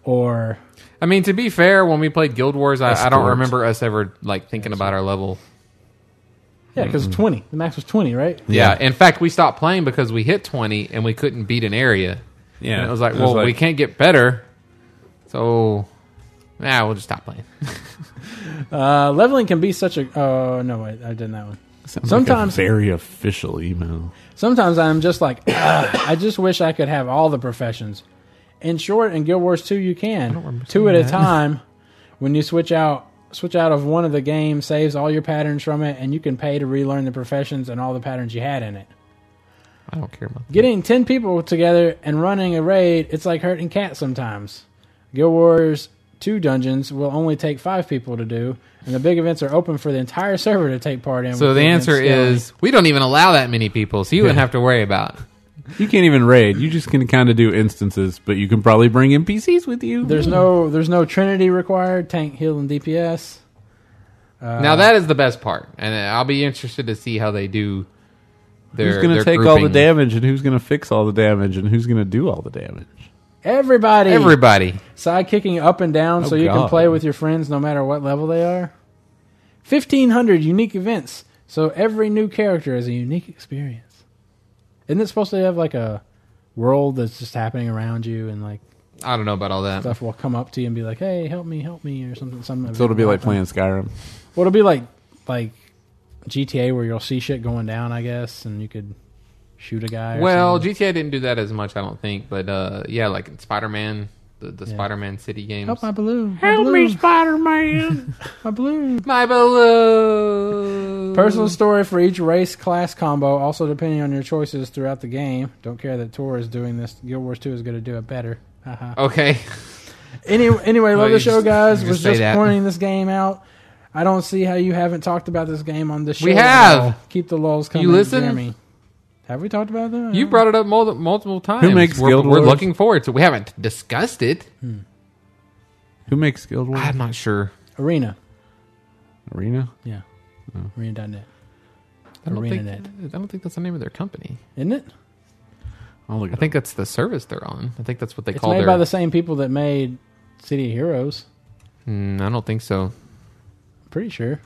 or
I mean, to be fair, when we played Guild Wars, I, I don't
Escort.
remember us ever like thinking about our level.
yeah, because twenty. The max was twenty, right?
Yeah. In fact, we stopped playing because we hit twenty and we couldn't beat an area.
Yeah,
And it was like, well, we can't get better, so nah, we'll just stop playing.
Uh, leveling can be such a. Oh no, wait, I did that one.
Sounds
sometimes-
like a very official email.
Sometimes I'm just like, "Ugh, I just wish I could have all the professions. In short, in Guild Wars Two, you can two at a time. when you switch out switch out of one of the games, saves all your patterns from it, and you can pay to relearn the professions and all the patterns you had in it.
I don't care about that.
Getting ten people together and running a raid, it's like hurting cats sometimes. Guild Wars Two dungeons will only take five people to do, and the big events are open for the entire server to take part in.
So
with
the
events
answer
scaling.
is we don't even allow that many people, so you wouldn't have to worry about.
You can't even raid. You just can kind of do instances, but you can probably bring NPCs with you.
There's no there's no Trinity required. Tank, heal, and DPS.
now that is the best part, and I'll be interested to see how they do. Their,
who's going
their
to take all the
grouping.
damage, and who's going to fix all the damage, and who's going to do all the damage?
Everybody,
Everybody,
sidekicking up and down, so
Oh,
you can
God.
play with your friends no matter what level they are. Fifteen hundred unique events, so every new character is a unique experience. Isn't it supposed to have like a world that's just happening around you and like
I don't know about all that.
stuff will come up to you and be like, "Hey, help me, help me," or something. Something.
So it'll be like playing Skyrim.
Well, it'll be like like GTA where you'll see shit going down, I guess, and you could shoot a guy. Or
Well,
something.
GTA didn't do that as much, I don't think. But uh, yeah, like in Spider-Man, the, the Spider-Man City games.
help Oh, my balloon. Help me, Spider Man. my balloon.
My balloon.
Personal story for each race class combo, also depending on your choices throughout the game. Don't care that Tor is doing this. Guild Wars 2 is going to do it better. Haha.
Okay.
Any, anyway, love
you
the show,
just-
guys.
you
Was
just say
just
that.
pointing this game out. I don't see how you haven't talked about this game on this show.
We
at
have.
all. Keep the lulls coming.
listen?
Jeremy. Have we talked about them?
You brought it up mul- multiple times.
makes
we're,
Guild
we're
Wars?
looking forward to. We haven't discussed it.
Hmm.
Who makes Guild Wars
I'm not sure.
Arena.
Arena?
Yeah.
Hmm.
Arena.net.
I don't, think,
ArenaNet.
I don't think that's the name of their company.
Isn't it?
I'll look
I
it
think that's the service they're on. I think that's what they
It's
call
made
their.
by the same people that made City of Heroes.
Mm, I don't think so.
Pretty sure.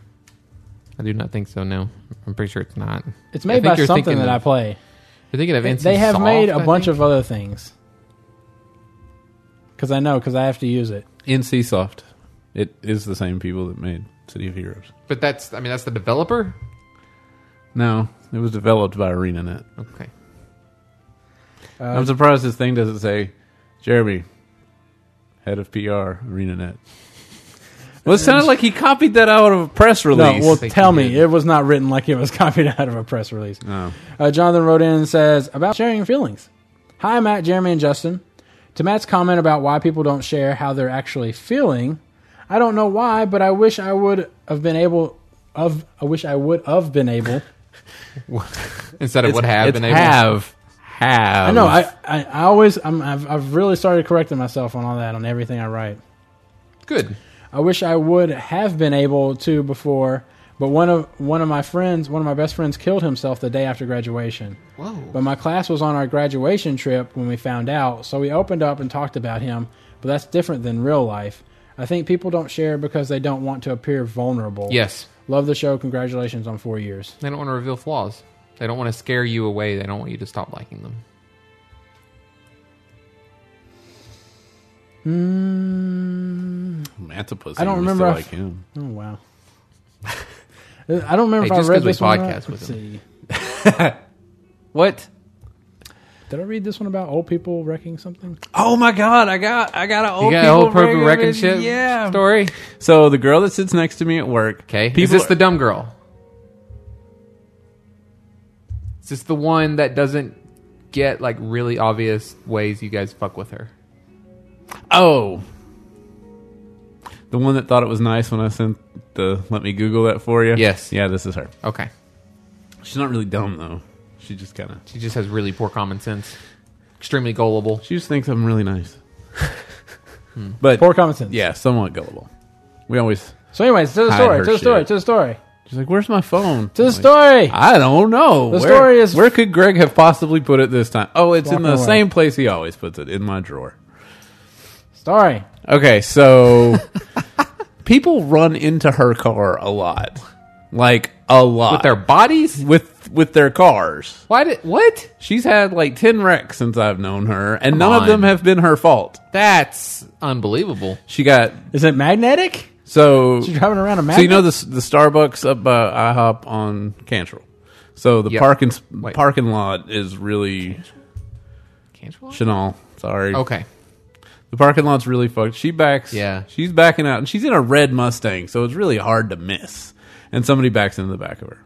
I do not think so. No, I'm pretty sure it's not.
It's
I
made
think
by
you're
something
thinking
that I
of-
play.
You're thinking of NC
they have
Soft,
made a
I
bunch
think?
of other things because i know because i have to use it
up. NCSoft. It is the same people that made City of Heroes.
But that's. I mean, that's the developer.
No, it was developed by ArenaNet.
Okay.
Uh,
I'm surprised this thing doesn't say Jeremy, head of PR, ArenaNet. Well, it sounded like he copied that out of a press
no
release.
well
think
tell
you
me
did.
it was not written like it was copied out of a press release
No.
uh, jonathan wrote in and says about sharing feelings hi matt jeremy and justin to matt's comment about why people don't share how they're actually feeling i don't know why but i wish i would have been able of i wish i would have been able
Instead of
It's-
what have
it's
been able.
have have.
i know i i, I always I'm, I've, I've really started correcting myself on all that on everything i write
Good.
I wish I would have been able to before, but one of one of my friends, one of my best friends, killed himself the day after graduation.
Whoa.
But my class was on our graduation trip when we found out, so we opened up and talked about him. But that's different than real life. I think people don't share because they don't want to appear vulnerable.
Yes.
Love the show. Congratulations on four years.
They don't want to reveal flaws. They don't want to scare you away. They don't want you to stop liking them.
Matt's a pussy.
I don't
We
remember
still
if-
like him.
Oh wow. I don't remember
Hey,
if I
just
read
'cause we
this one. or not.
podcast with
Let's
him.
see.
What?
Did I read this one about old people wrecking something?
Oh my god! I got I got
You
an old
got a
people
whole purple
breaking
wrecking
it.
shit
Yeah.
story.
So the girl that sits next to me at work.
Okay. Is
People,
this the dumb girl? Is this the one that doesn't get like really obvious ways you guys fuck with her?
oh. The one that thought it was nice when I sent the let me Google that for you.
Yes.
Yeah, this is her.
Okay.
She's not really dumb though. She just kind of
She just has really poor common sense. Extremely gullible.
she just thinks I'm really nice.
Hmm.
but
Poor common sense.
yeah, somewhat gullible. We always
So, anyways, to the
Hide
story.
her
To the story.
shit.
To the story.
she's like, "Where's my phone?"
To the
I'm like,
story.
I don't know.
The
where,
story is-
where could Greg have possibly put it this time? Oh, it's in
Walking
the
away.
same place he always puts it in my drawer.
Story.
Okay, so people run into her car a lot, like a lot
With their bodies?
with with their cars.
Why did what?
She's had like ten wrecks since I've known her, and none
on.
of them have been her fault.
That's unbelievable.
She got
Is it magnetic?
so
She's driving around a magnet.
so you know the the Starbucks up by IHOP on Cantrell. So the
Yep.
parking s-
Wait.
parking lot is really
Can't you-
Chanel. Sorry,
Okay.
The parking lot's really fucked. She backs.
Yeah.
She's backing out, and she's in a red Mustang, so it's really hard to miss. And somebody backs into the back of her.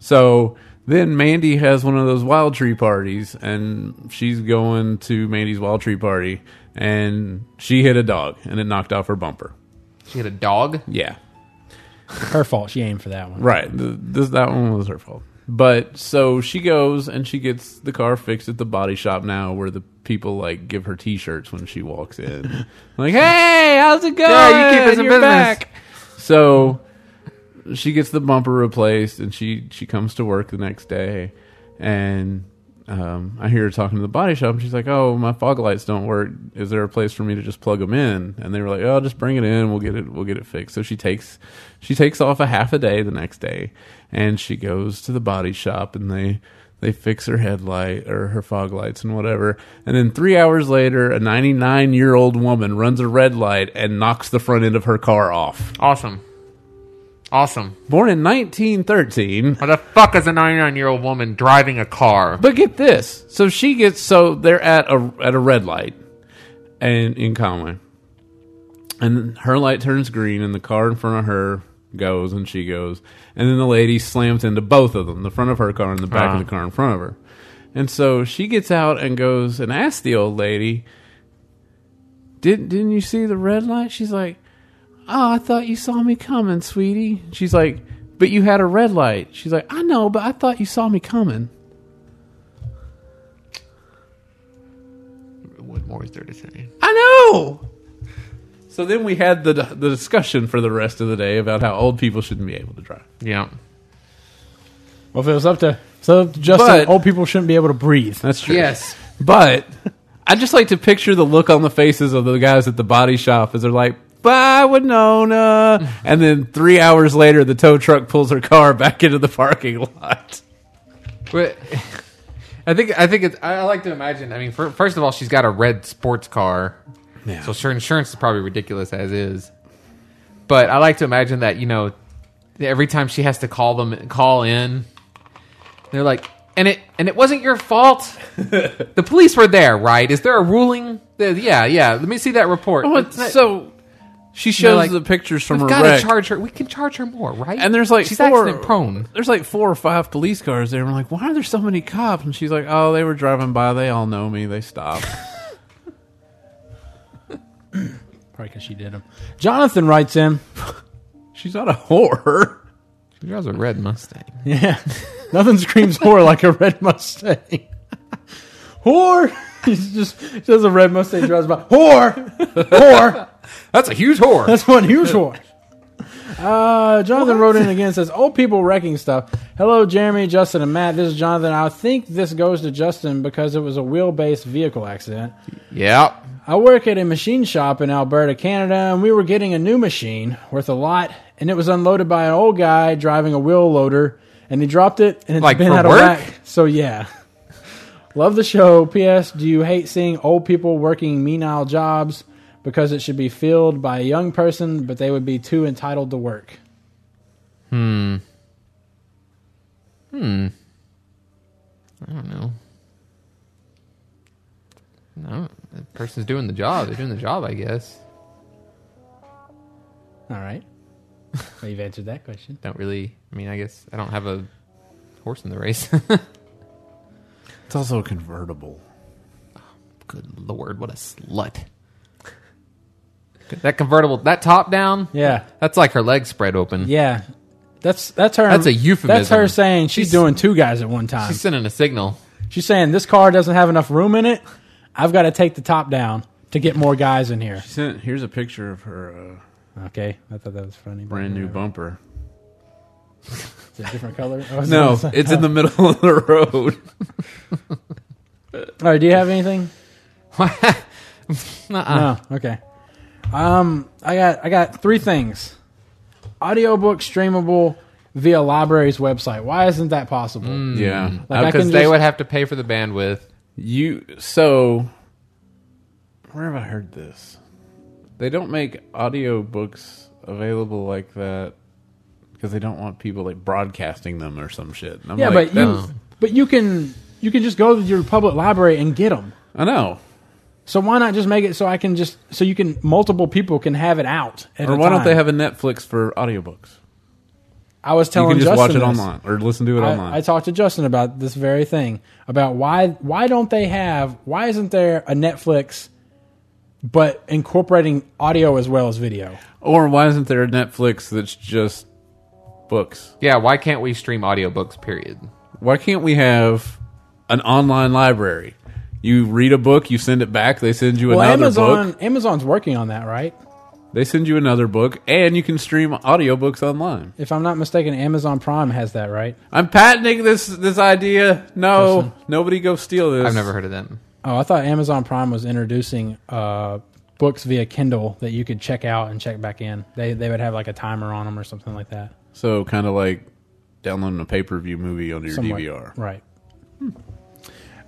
So then Mandy has one of those wild tree parties, and she's going to Mandy's wild tree party, and she hit a dog, and it knocked off her bumper.
She had a dog.
Yeah.
Her fault. She aimed for that one.
Right. Th this that one was her fault. But so she goes and she gets the car fixed at the body shop now, where the people like give her T-shirts when she walks in, like, "Hey, how's it going?
Yeah, you keep us in
You're
business."
So she gets the bumper replaced, and she she comes to work the next day, and um, I hear her talking to the body shop, and she's like, "Oh, my fog lights don't work. Is there a place for me to just plug them in?" And they were like, "Oh, just bring it in. We'll get it. We'll get it fixed." So she takes she takes off a half a day the next day, and she goes to the body shop, and they they fix her headlight or her fog lights and whatever. And then three hours later, a 99 year old woman runs a red light and knocks the front end of her car off.
Awesome. Awesome.
Born in 1913.
What the fuck is a 99 year old woman driving a car?
But get this. So she gets so they're at a at a red light and in Conway. And her light turns green and the car in front of her goes and she goes. And then the lady slams into both of them, the front of her car and the
Ah.
back of the car in front of her. And so she gets out and goes and asks the old lady, "Didn't didn't you see the red light?" She's like, "Oh, I thought you saw me coming, sweetie." She's like, "But you had a red light." She's like, "I know, but I thought you saw me coming."
What more is there to say?
I know. So then we had the the discussion for the rest of the day about how old people shouldn't be able to drive.
Yeah.
Well, if it was up to so up to Justin,
But-
old people shouldn't be able to breathe.
That's true. but I just like to picture the look on the faces of the guys at the body shop as they're like, "Bye, Winona," and then three hours later, the tow truck pulls her car back into the parking lot.
But I think I think it's, I I like to imagine. I mean, fir- first of all, she's got a red sports car,
Yeah.
so her insurance is probably ridiculous as is. But I like to imagine that you know, every time she has to call them, call in, they're like, and it and it wasn't your fault. the police were there, right? Is there a ruling? The- yeah, yeah. Let me see that report. It's not-
Oh, so she
they're
shows
like,
the pictures from
we've
her
gotta
wreck.
charge her. We can charge her more, right?
And there's like
she's
four,
accident prone.
There's like four or five police cars there. And we're like, why are there so many cops? And she's like, oh, they were driving by. They all know me. They stopped.
Probably because she did them. Jonathan writes in.
she's not a whore.
She drives a red Mustang.
Yeah. Nothing screams whore like a red Mustang. whore! He's just says a red Mustang drives by. Whore! Whore!
That's a huge whore.
That's one huge whore. Uh, Jonathan wrote in again and says, Old people wrecking stuff. Hello, Jeremy, Justin, and Matt. This is Jonathan. I think this goes to Justin because it was a wheel-based vehicle accident.
yeah.
I work at a machine shop in Alberta, Canada, and we were getting a new machine worth a lot, and it was unloaded by an old guy driving a wheel loader, and he dropped it, and it's
Like,
been
for
out of
work?
whack. So yeah, love the show. P.S. Do you hate seeing old people working menial jobs because it should be filled by a young person, but they would be too entitled to work?
I don't know. No, the person's doing the job. They're doing the job, I guess.
All right, well, you've answered that question.
Don't really. I mean, I guess I don't have a horse in the race.
It's also a convertible.
Good lord, what a slut! That convertible, that top down.
Yeah,
That's like her legs spread open.
yeah, that's that's her.
That's a euphemism.
That's her saying she's,
She's-
doing two guys at one time.
She's sending a signal.
She's saying this car doesn't have enough room in it. I've got to take the top down to get more guys in here.
Sent, here's a picture of her uh,
Okay, I thought that was funny. but
brand new
whatever.
bumper.
It's a different color. Oh, it's
No,
not-
it's in the middle of the road.
All right, do you have anything?
Nuh-uh.
No. Okay. Um, I got I got three things: audiobook streamable via library's website. Why isn't that possible?
yeah. Uh,
Like, I
because
can
they
just-
would have to pay for the bandwidth.
You so where have I heard this? They don't make audiobooks available like that because they don't want people like broadcasting them or some shit. And I'm
Yeah,
like,
but you
that's-
but you can you can just go to your public library and get them.
I know.
So why not just make it so I can just so you can multiple people can have it out at
Or
a
why don't
time?
they have a Netflix for audiobooks?
I was
You
telling
can just
Justin
watch it
this.
online or listen to it online.
I, I talked to Justin about this very thing about why why don't they have why isn't there a Netflix but incorporating audio as well as video?
or why isn't there a Netflix that's just books?
Yeah, why can't we stream audiobooks, period?
Why can't we have an online library? You read a book, you send it back, they send you
Well,
another
Amazon
book.
Amazon's working on that, right?
They send you another book and you can stream audiobooks online.
If I'm not mistaken, Amazon Prime has that, right?
I'm patenting this this idea. No, nobody go steal this.
I've never heard of them.
Oh, I thought Amazon Prime was introducing uh, books via Kindle that you could check out and check back in. They they would have like a timer on them or something like that.
So kind of like downloading a pay-per-view movie onto your
Somewhat.
DVR.
right?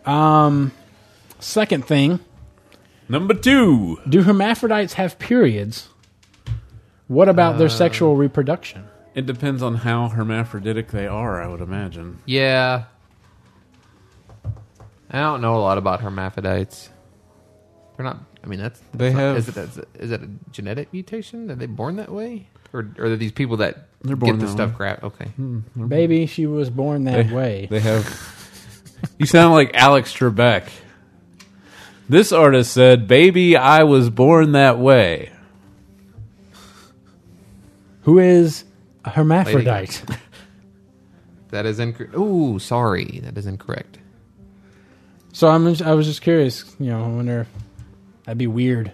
Um, second thing.
Number 2.
Do hermaphrodites have periods? What about
Uh,
their sexual reproduction?
It depends on how hermaphroditic they are, I would imagine.
Yeah. I don't know a lot about hermaphrodites. They're not. I mean, that's, that's
They
not-
have-
Is it, that's, is it a genetic mutation? Are they born that way, or, or are these people that
They're born
get the
that
stuff
way. Hmm.
crap? Okay,
Baby, she was born that way.
mhm. They have. you sound like Alex Trebek. This artist said, "Baby, I was born that way."
Who is a hermaphrodite?
that is incorrect. Ooh, sorry, that is incorrect.
so I'm just, I was just curious. You know, I wonder. if That'd be weird.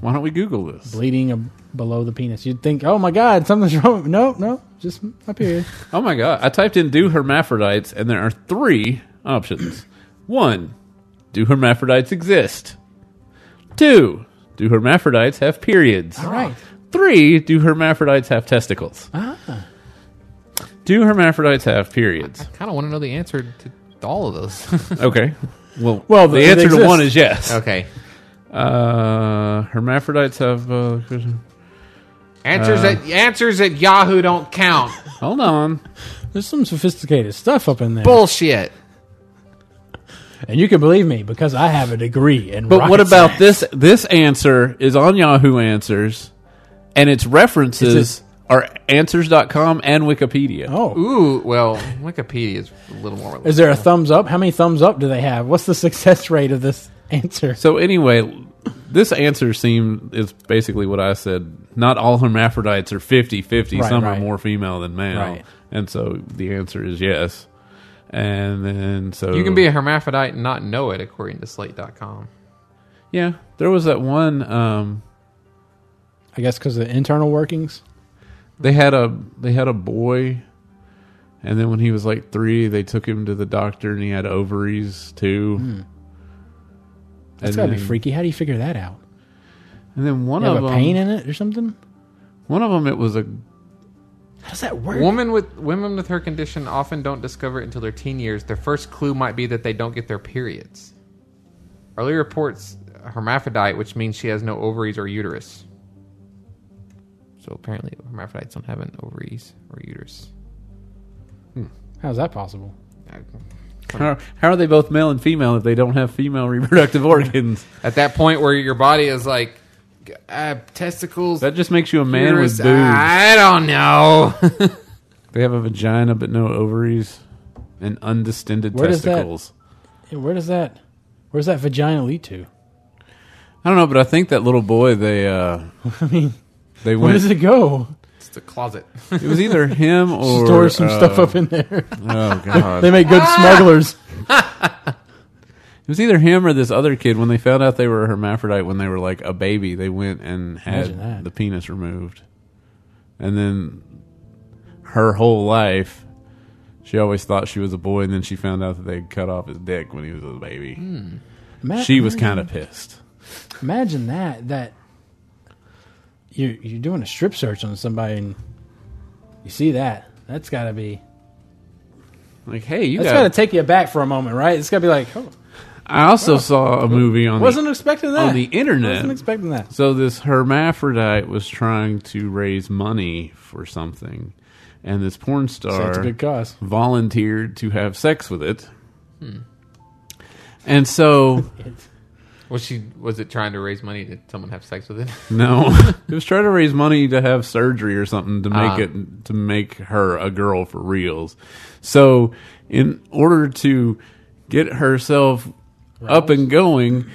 Why don't we Google this?
Bleeding a, below the penis. You'd think, oh my god, something's wrong. No, no, just my period.
Oh my god! I typed in "do hermaphrodites" and there are three options. One, do hermaphrodites exist? Two, do hermaphrodites have periods?
All right.
Three, do hermaphrodites have testicles?
Ah.
Do hermaphrodites have periods?
Kind of want to know the answer to all of those.
Okay. Well,
Well,
the
they
answer to
exist.
one is yes.
okay,
Uh, hermaphrodites have. Uh,
answers at answers at Yahoo don't count.
hold on.
There's some sophisticated stuff up in there,
Bullshit.
and you can believe me because I have a degree in.
But
rocket
what about
science.
this? This answer is on Yahoo Answers, and its references
It's
are answers.com and Wikipedia.
Oh,
Ooh, well, Wikipedia is a little more.
is there a thumbs up? How many thumbs up do they have? What's the success rate of this answer?
So, anyway, this answer seemed is basically what I said. Not all hermaphrodites are 50 50,
Right,
some
right.
are more female than male.
Right.
And so the answer is yes. And then so
You can be a hermaphrodite and not know it, according to Slate.com.
yeah. There was that one um,
I guess because of the internal workings.
they had a they had a boy and then when he was like three they took him to the doctor and he had ovaries too
Hmm. That's
and
gotta be
then-
freaky. How do you figure that out?
and then one
You
of
have a
them
pain in it or something?
one of them it was a
How does that work?
Women with women with her condition often don't discover it until their teen years. Their first clue might be that they don't get their periods. Early reports hermaphrodite, which means she has no ovaries or uterus. So apparently, hermaphrodites don't have an ovaries or uterus.
How's that possible?
how, how are they both male and female if they don't have female reproductive organs
At that point where your body is like, uh, testicles,
that just makes you a man
uterus,
with boobs
Ah.
I don't know.
they have a vagina but no ovaries and undistended
Where does that-
testicles
Yeah, Where does that? Where does that vagina lead to?
I don't know but I think that little boy they uh
I mean,
they
where
went
does it go?
it's the closet.
it was either him or
Store some
uh,
stuff up in there.
oh god
they make good smugglers.
It was either him or this other kid. When they found out they were a hermaphrodite when they were like a baby, they went and
Imagine that.
had the penis removed. And then her whole life, she always thought she was a boy, and then she found out that they had cut off his dick when he was a baby.
Hmm. Ima-
She was kind of pissed.
Imagine that. That you you're doing a strip search on somebody and you see that. That's gotta be.
Like, hey, you
That's
got.
gotta take you back for a moment, right? It's gotta be like, oh,
I also saw a movie on
wasn't
the,
expecting that
on the
Wasn't
internet.
expecting that.
So this hermaphrodite was trying to raise money for something, and this porn star.
So it's a good cause.
volunteered to have sex with it. And so
Was she? Was it trying to raise money? Did someone have sex with it?
No, it was trying to raise money to have surgery or something to make
Ah.
it to make her a girl for reals. So, in order to get herself up and going,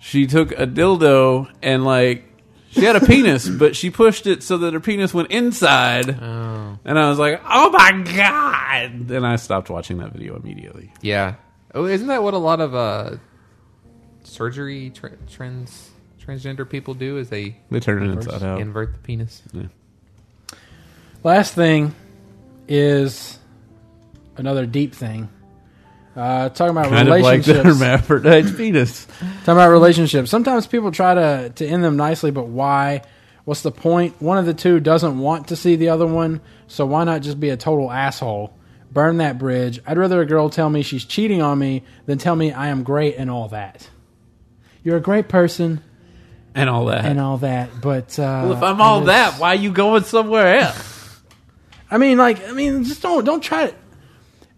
she took a dildo and like she had a penis, but she pushed it so that her penis went inside. And I was like, "Oh my god!" And I stopped watching that video immediately.
yeah. Oh, isn't that what a lot of uh, surgery tra- trans transgender people do? Is they
They turned it inside out.
invert the penis?
Last thing is another deep thing. Uh, talking about
Kind of like the
relationships.
hermaphrodite penis.
Talking about relationships. Sometimes people try to, to end them nicely, but why? What's the point? One of the two doesn't want to see the other one, so why not just be a total asshole? Burn that bridge. I'd rather a girl tell me she's cheating on me than tell me I am great and all that. You're a great person
And all that.
and all that, but uh,
Well, if I'm all
I
that,
just-
why you going somewhere else?
I mean, like, I mean, just don't don't try to.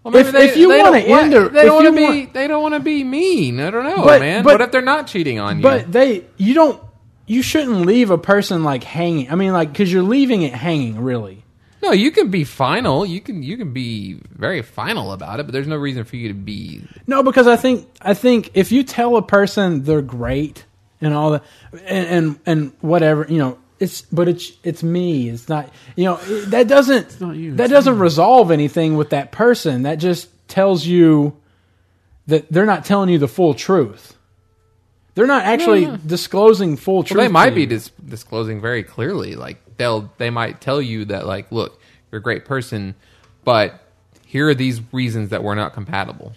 Well, maybe
If- if you wanna
don't want-
end her-
they
if you
don't want to be.
want-
They don't want to be mean. I don't know,
But-
man.
but-
what if they're not cheating on you?
But they, you don't, you shouldn't leave a person like hanging. I mean, like, because you're leaving it hanging, really.
no, you can be final. You can you can be very final about it. But there's no reason for you to be.
No, because I think I think if you tell a person they're great and all that, and and, and whatever, you know, it's but it's it's me. It's not you know it- that doesn't
not you,
that
it's
doesn't resolve anything with that person. That just tells you that they're not telling you the full truth. They're not actually disclosing full truth.
Mm-hmm. Well, they might
to
be
you.
dis- disclosing very clearly. Like they'll they might tell you that like, look, you're a great person, but here are these reasons that we're not compatible.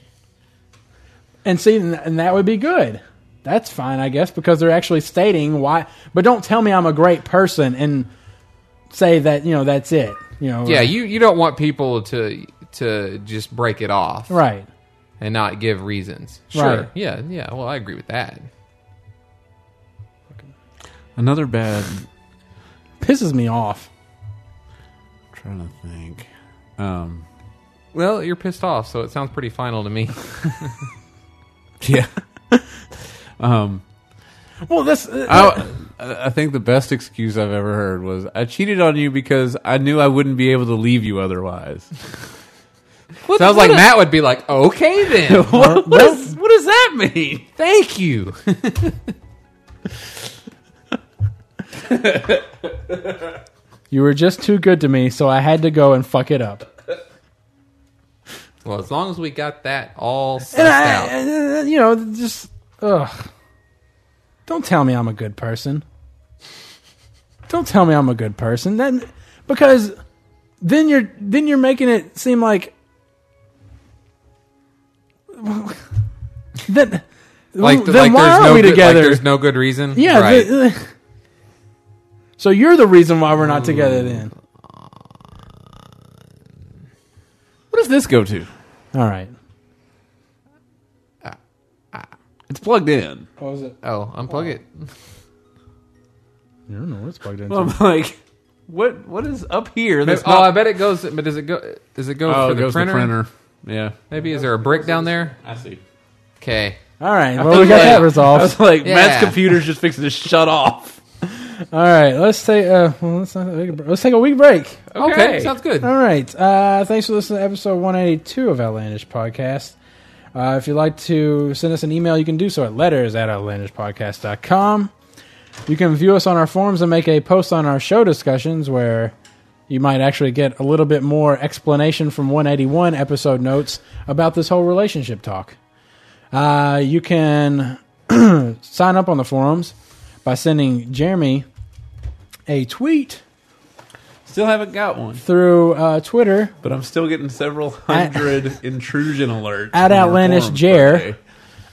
And see, and and that would be good. That's fine, I guess, because they're actually stating why. But don't tell me I'm a great person and say that you know that's it. You know,
Yeah, you you don't want people to to just break it off
right.
and not give reasons. Sure.
Right.
Yeah. Yeah. Well, I agree with that.
Another bad.
Pisses me off.
trying to think. Um,
Well, you're pissed off, so it sounds pretty final to me.
yeah. um,
Well, that's uh,
I, I think the best excuse I've ever heard was I cheated on you because I knew I wouldn't be able to leave you otherwise.
Sounds like Matt would be like, okay then.
what, what, is, what does that mean?
Thank you.
you were just too good to me, so I had to go and fuck it up.
well, as long as we got that all sussed
And
out.
I, uh, you know, just ugh. Don't tell me I'm a good person. Don't tell me I'm a good person. Then, because then you're then you're making it seem like then then
like,
why
like there's
are
no
we
good, like
together?
there's no good reason.
yeah.
Right.
the- uh, so you're the reason why we're not together then.
What does this go to?
All right.
It's plugged in.
What was it?
oh, unplug it.
I don't know what it's plugged into.
I'm like, what? What is up here? That's
oh, I
not-
bet it goes. But does it go? Does it go
oh,
for
it
the,
goes to
printer?
the printer. Yeah,
Maybe is there a brick down there?
I see.
Okay.
All right. Well, we got
like-
that
I
resolved.
was like,
Yeah.
Matt's computer's just fixing to shut off.
All right. Let's take. Uh, well, let's, not take a break. let's take a week break.
okay.
Okay.
Sounds good.
All right. Uh, thanks for listening to episode 182 of Outlandish Podcast. Uh, if you'd like to send us an email, you can do so at letters at outlandishpodcast.com. You can view us on our forums and make a post on our show discussions where you might actually get a little bit more explanation from 181 episode notes about this whole relationship talk. Uh, you can sign up on the forums by sending Jeremy a tweet
Still haven't got one.
through uh, Twitter
But I'm still getting several
At-
hundred intrusion alerts. Oh,
At
on our
Outlandish
forums
Jer.
per day.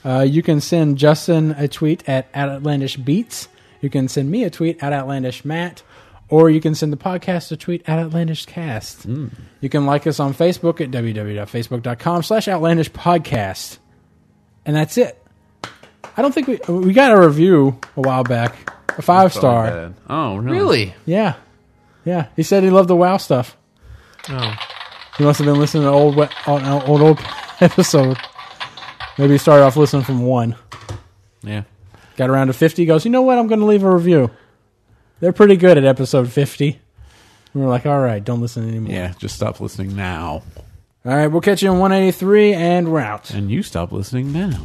Uh, you can send Justin a tweet at, at Outlandish Beats. You can send me a tweet at Outlandish Matt. Or you can send the podcast a tweet at Outlandish Cast. You can like us on Facebook at www.facebook.com slash Outlandish Podcast. And that's it. I don't think we we got a review a while back, a five star.
Bad. Oh, really?
Really?
Yeah, yeah. He said he loved the WoW stuff.
Oh.
He must have been listening to old we- old old, old episode. Maybe he started off listening from one.
Yeah.
Got around to 50, goes, you know what? I'm going to leave a review. They're pretty good at episode 50. We were like, all right, don't listen anymore.
Yeah. Just stop listening now.
All right, we'll catch you in 183, and we're out.
And you stop listening now.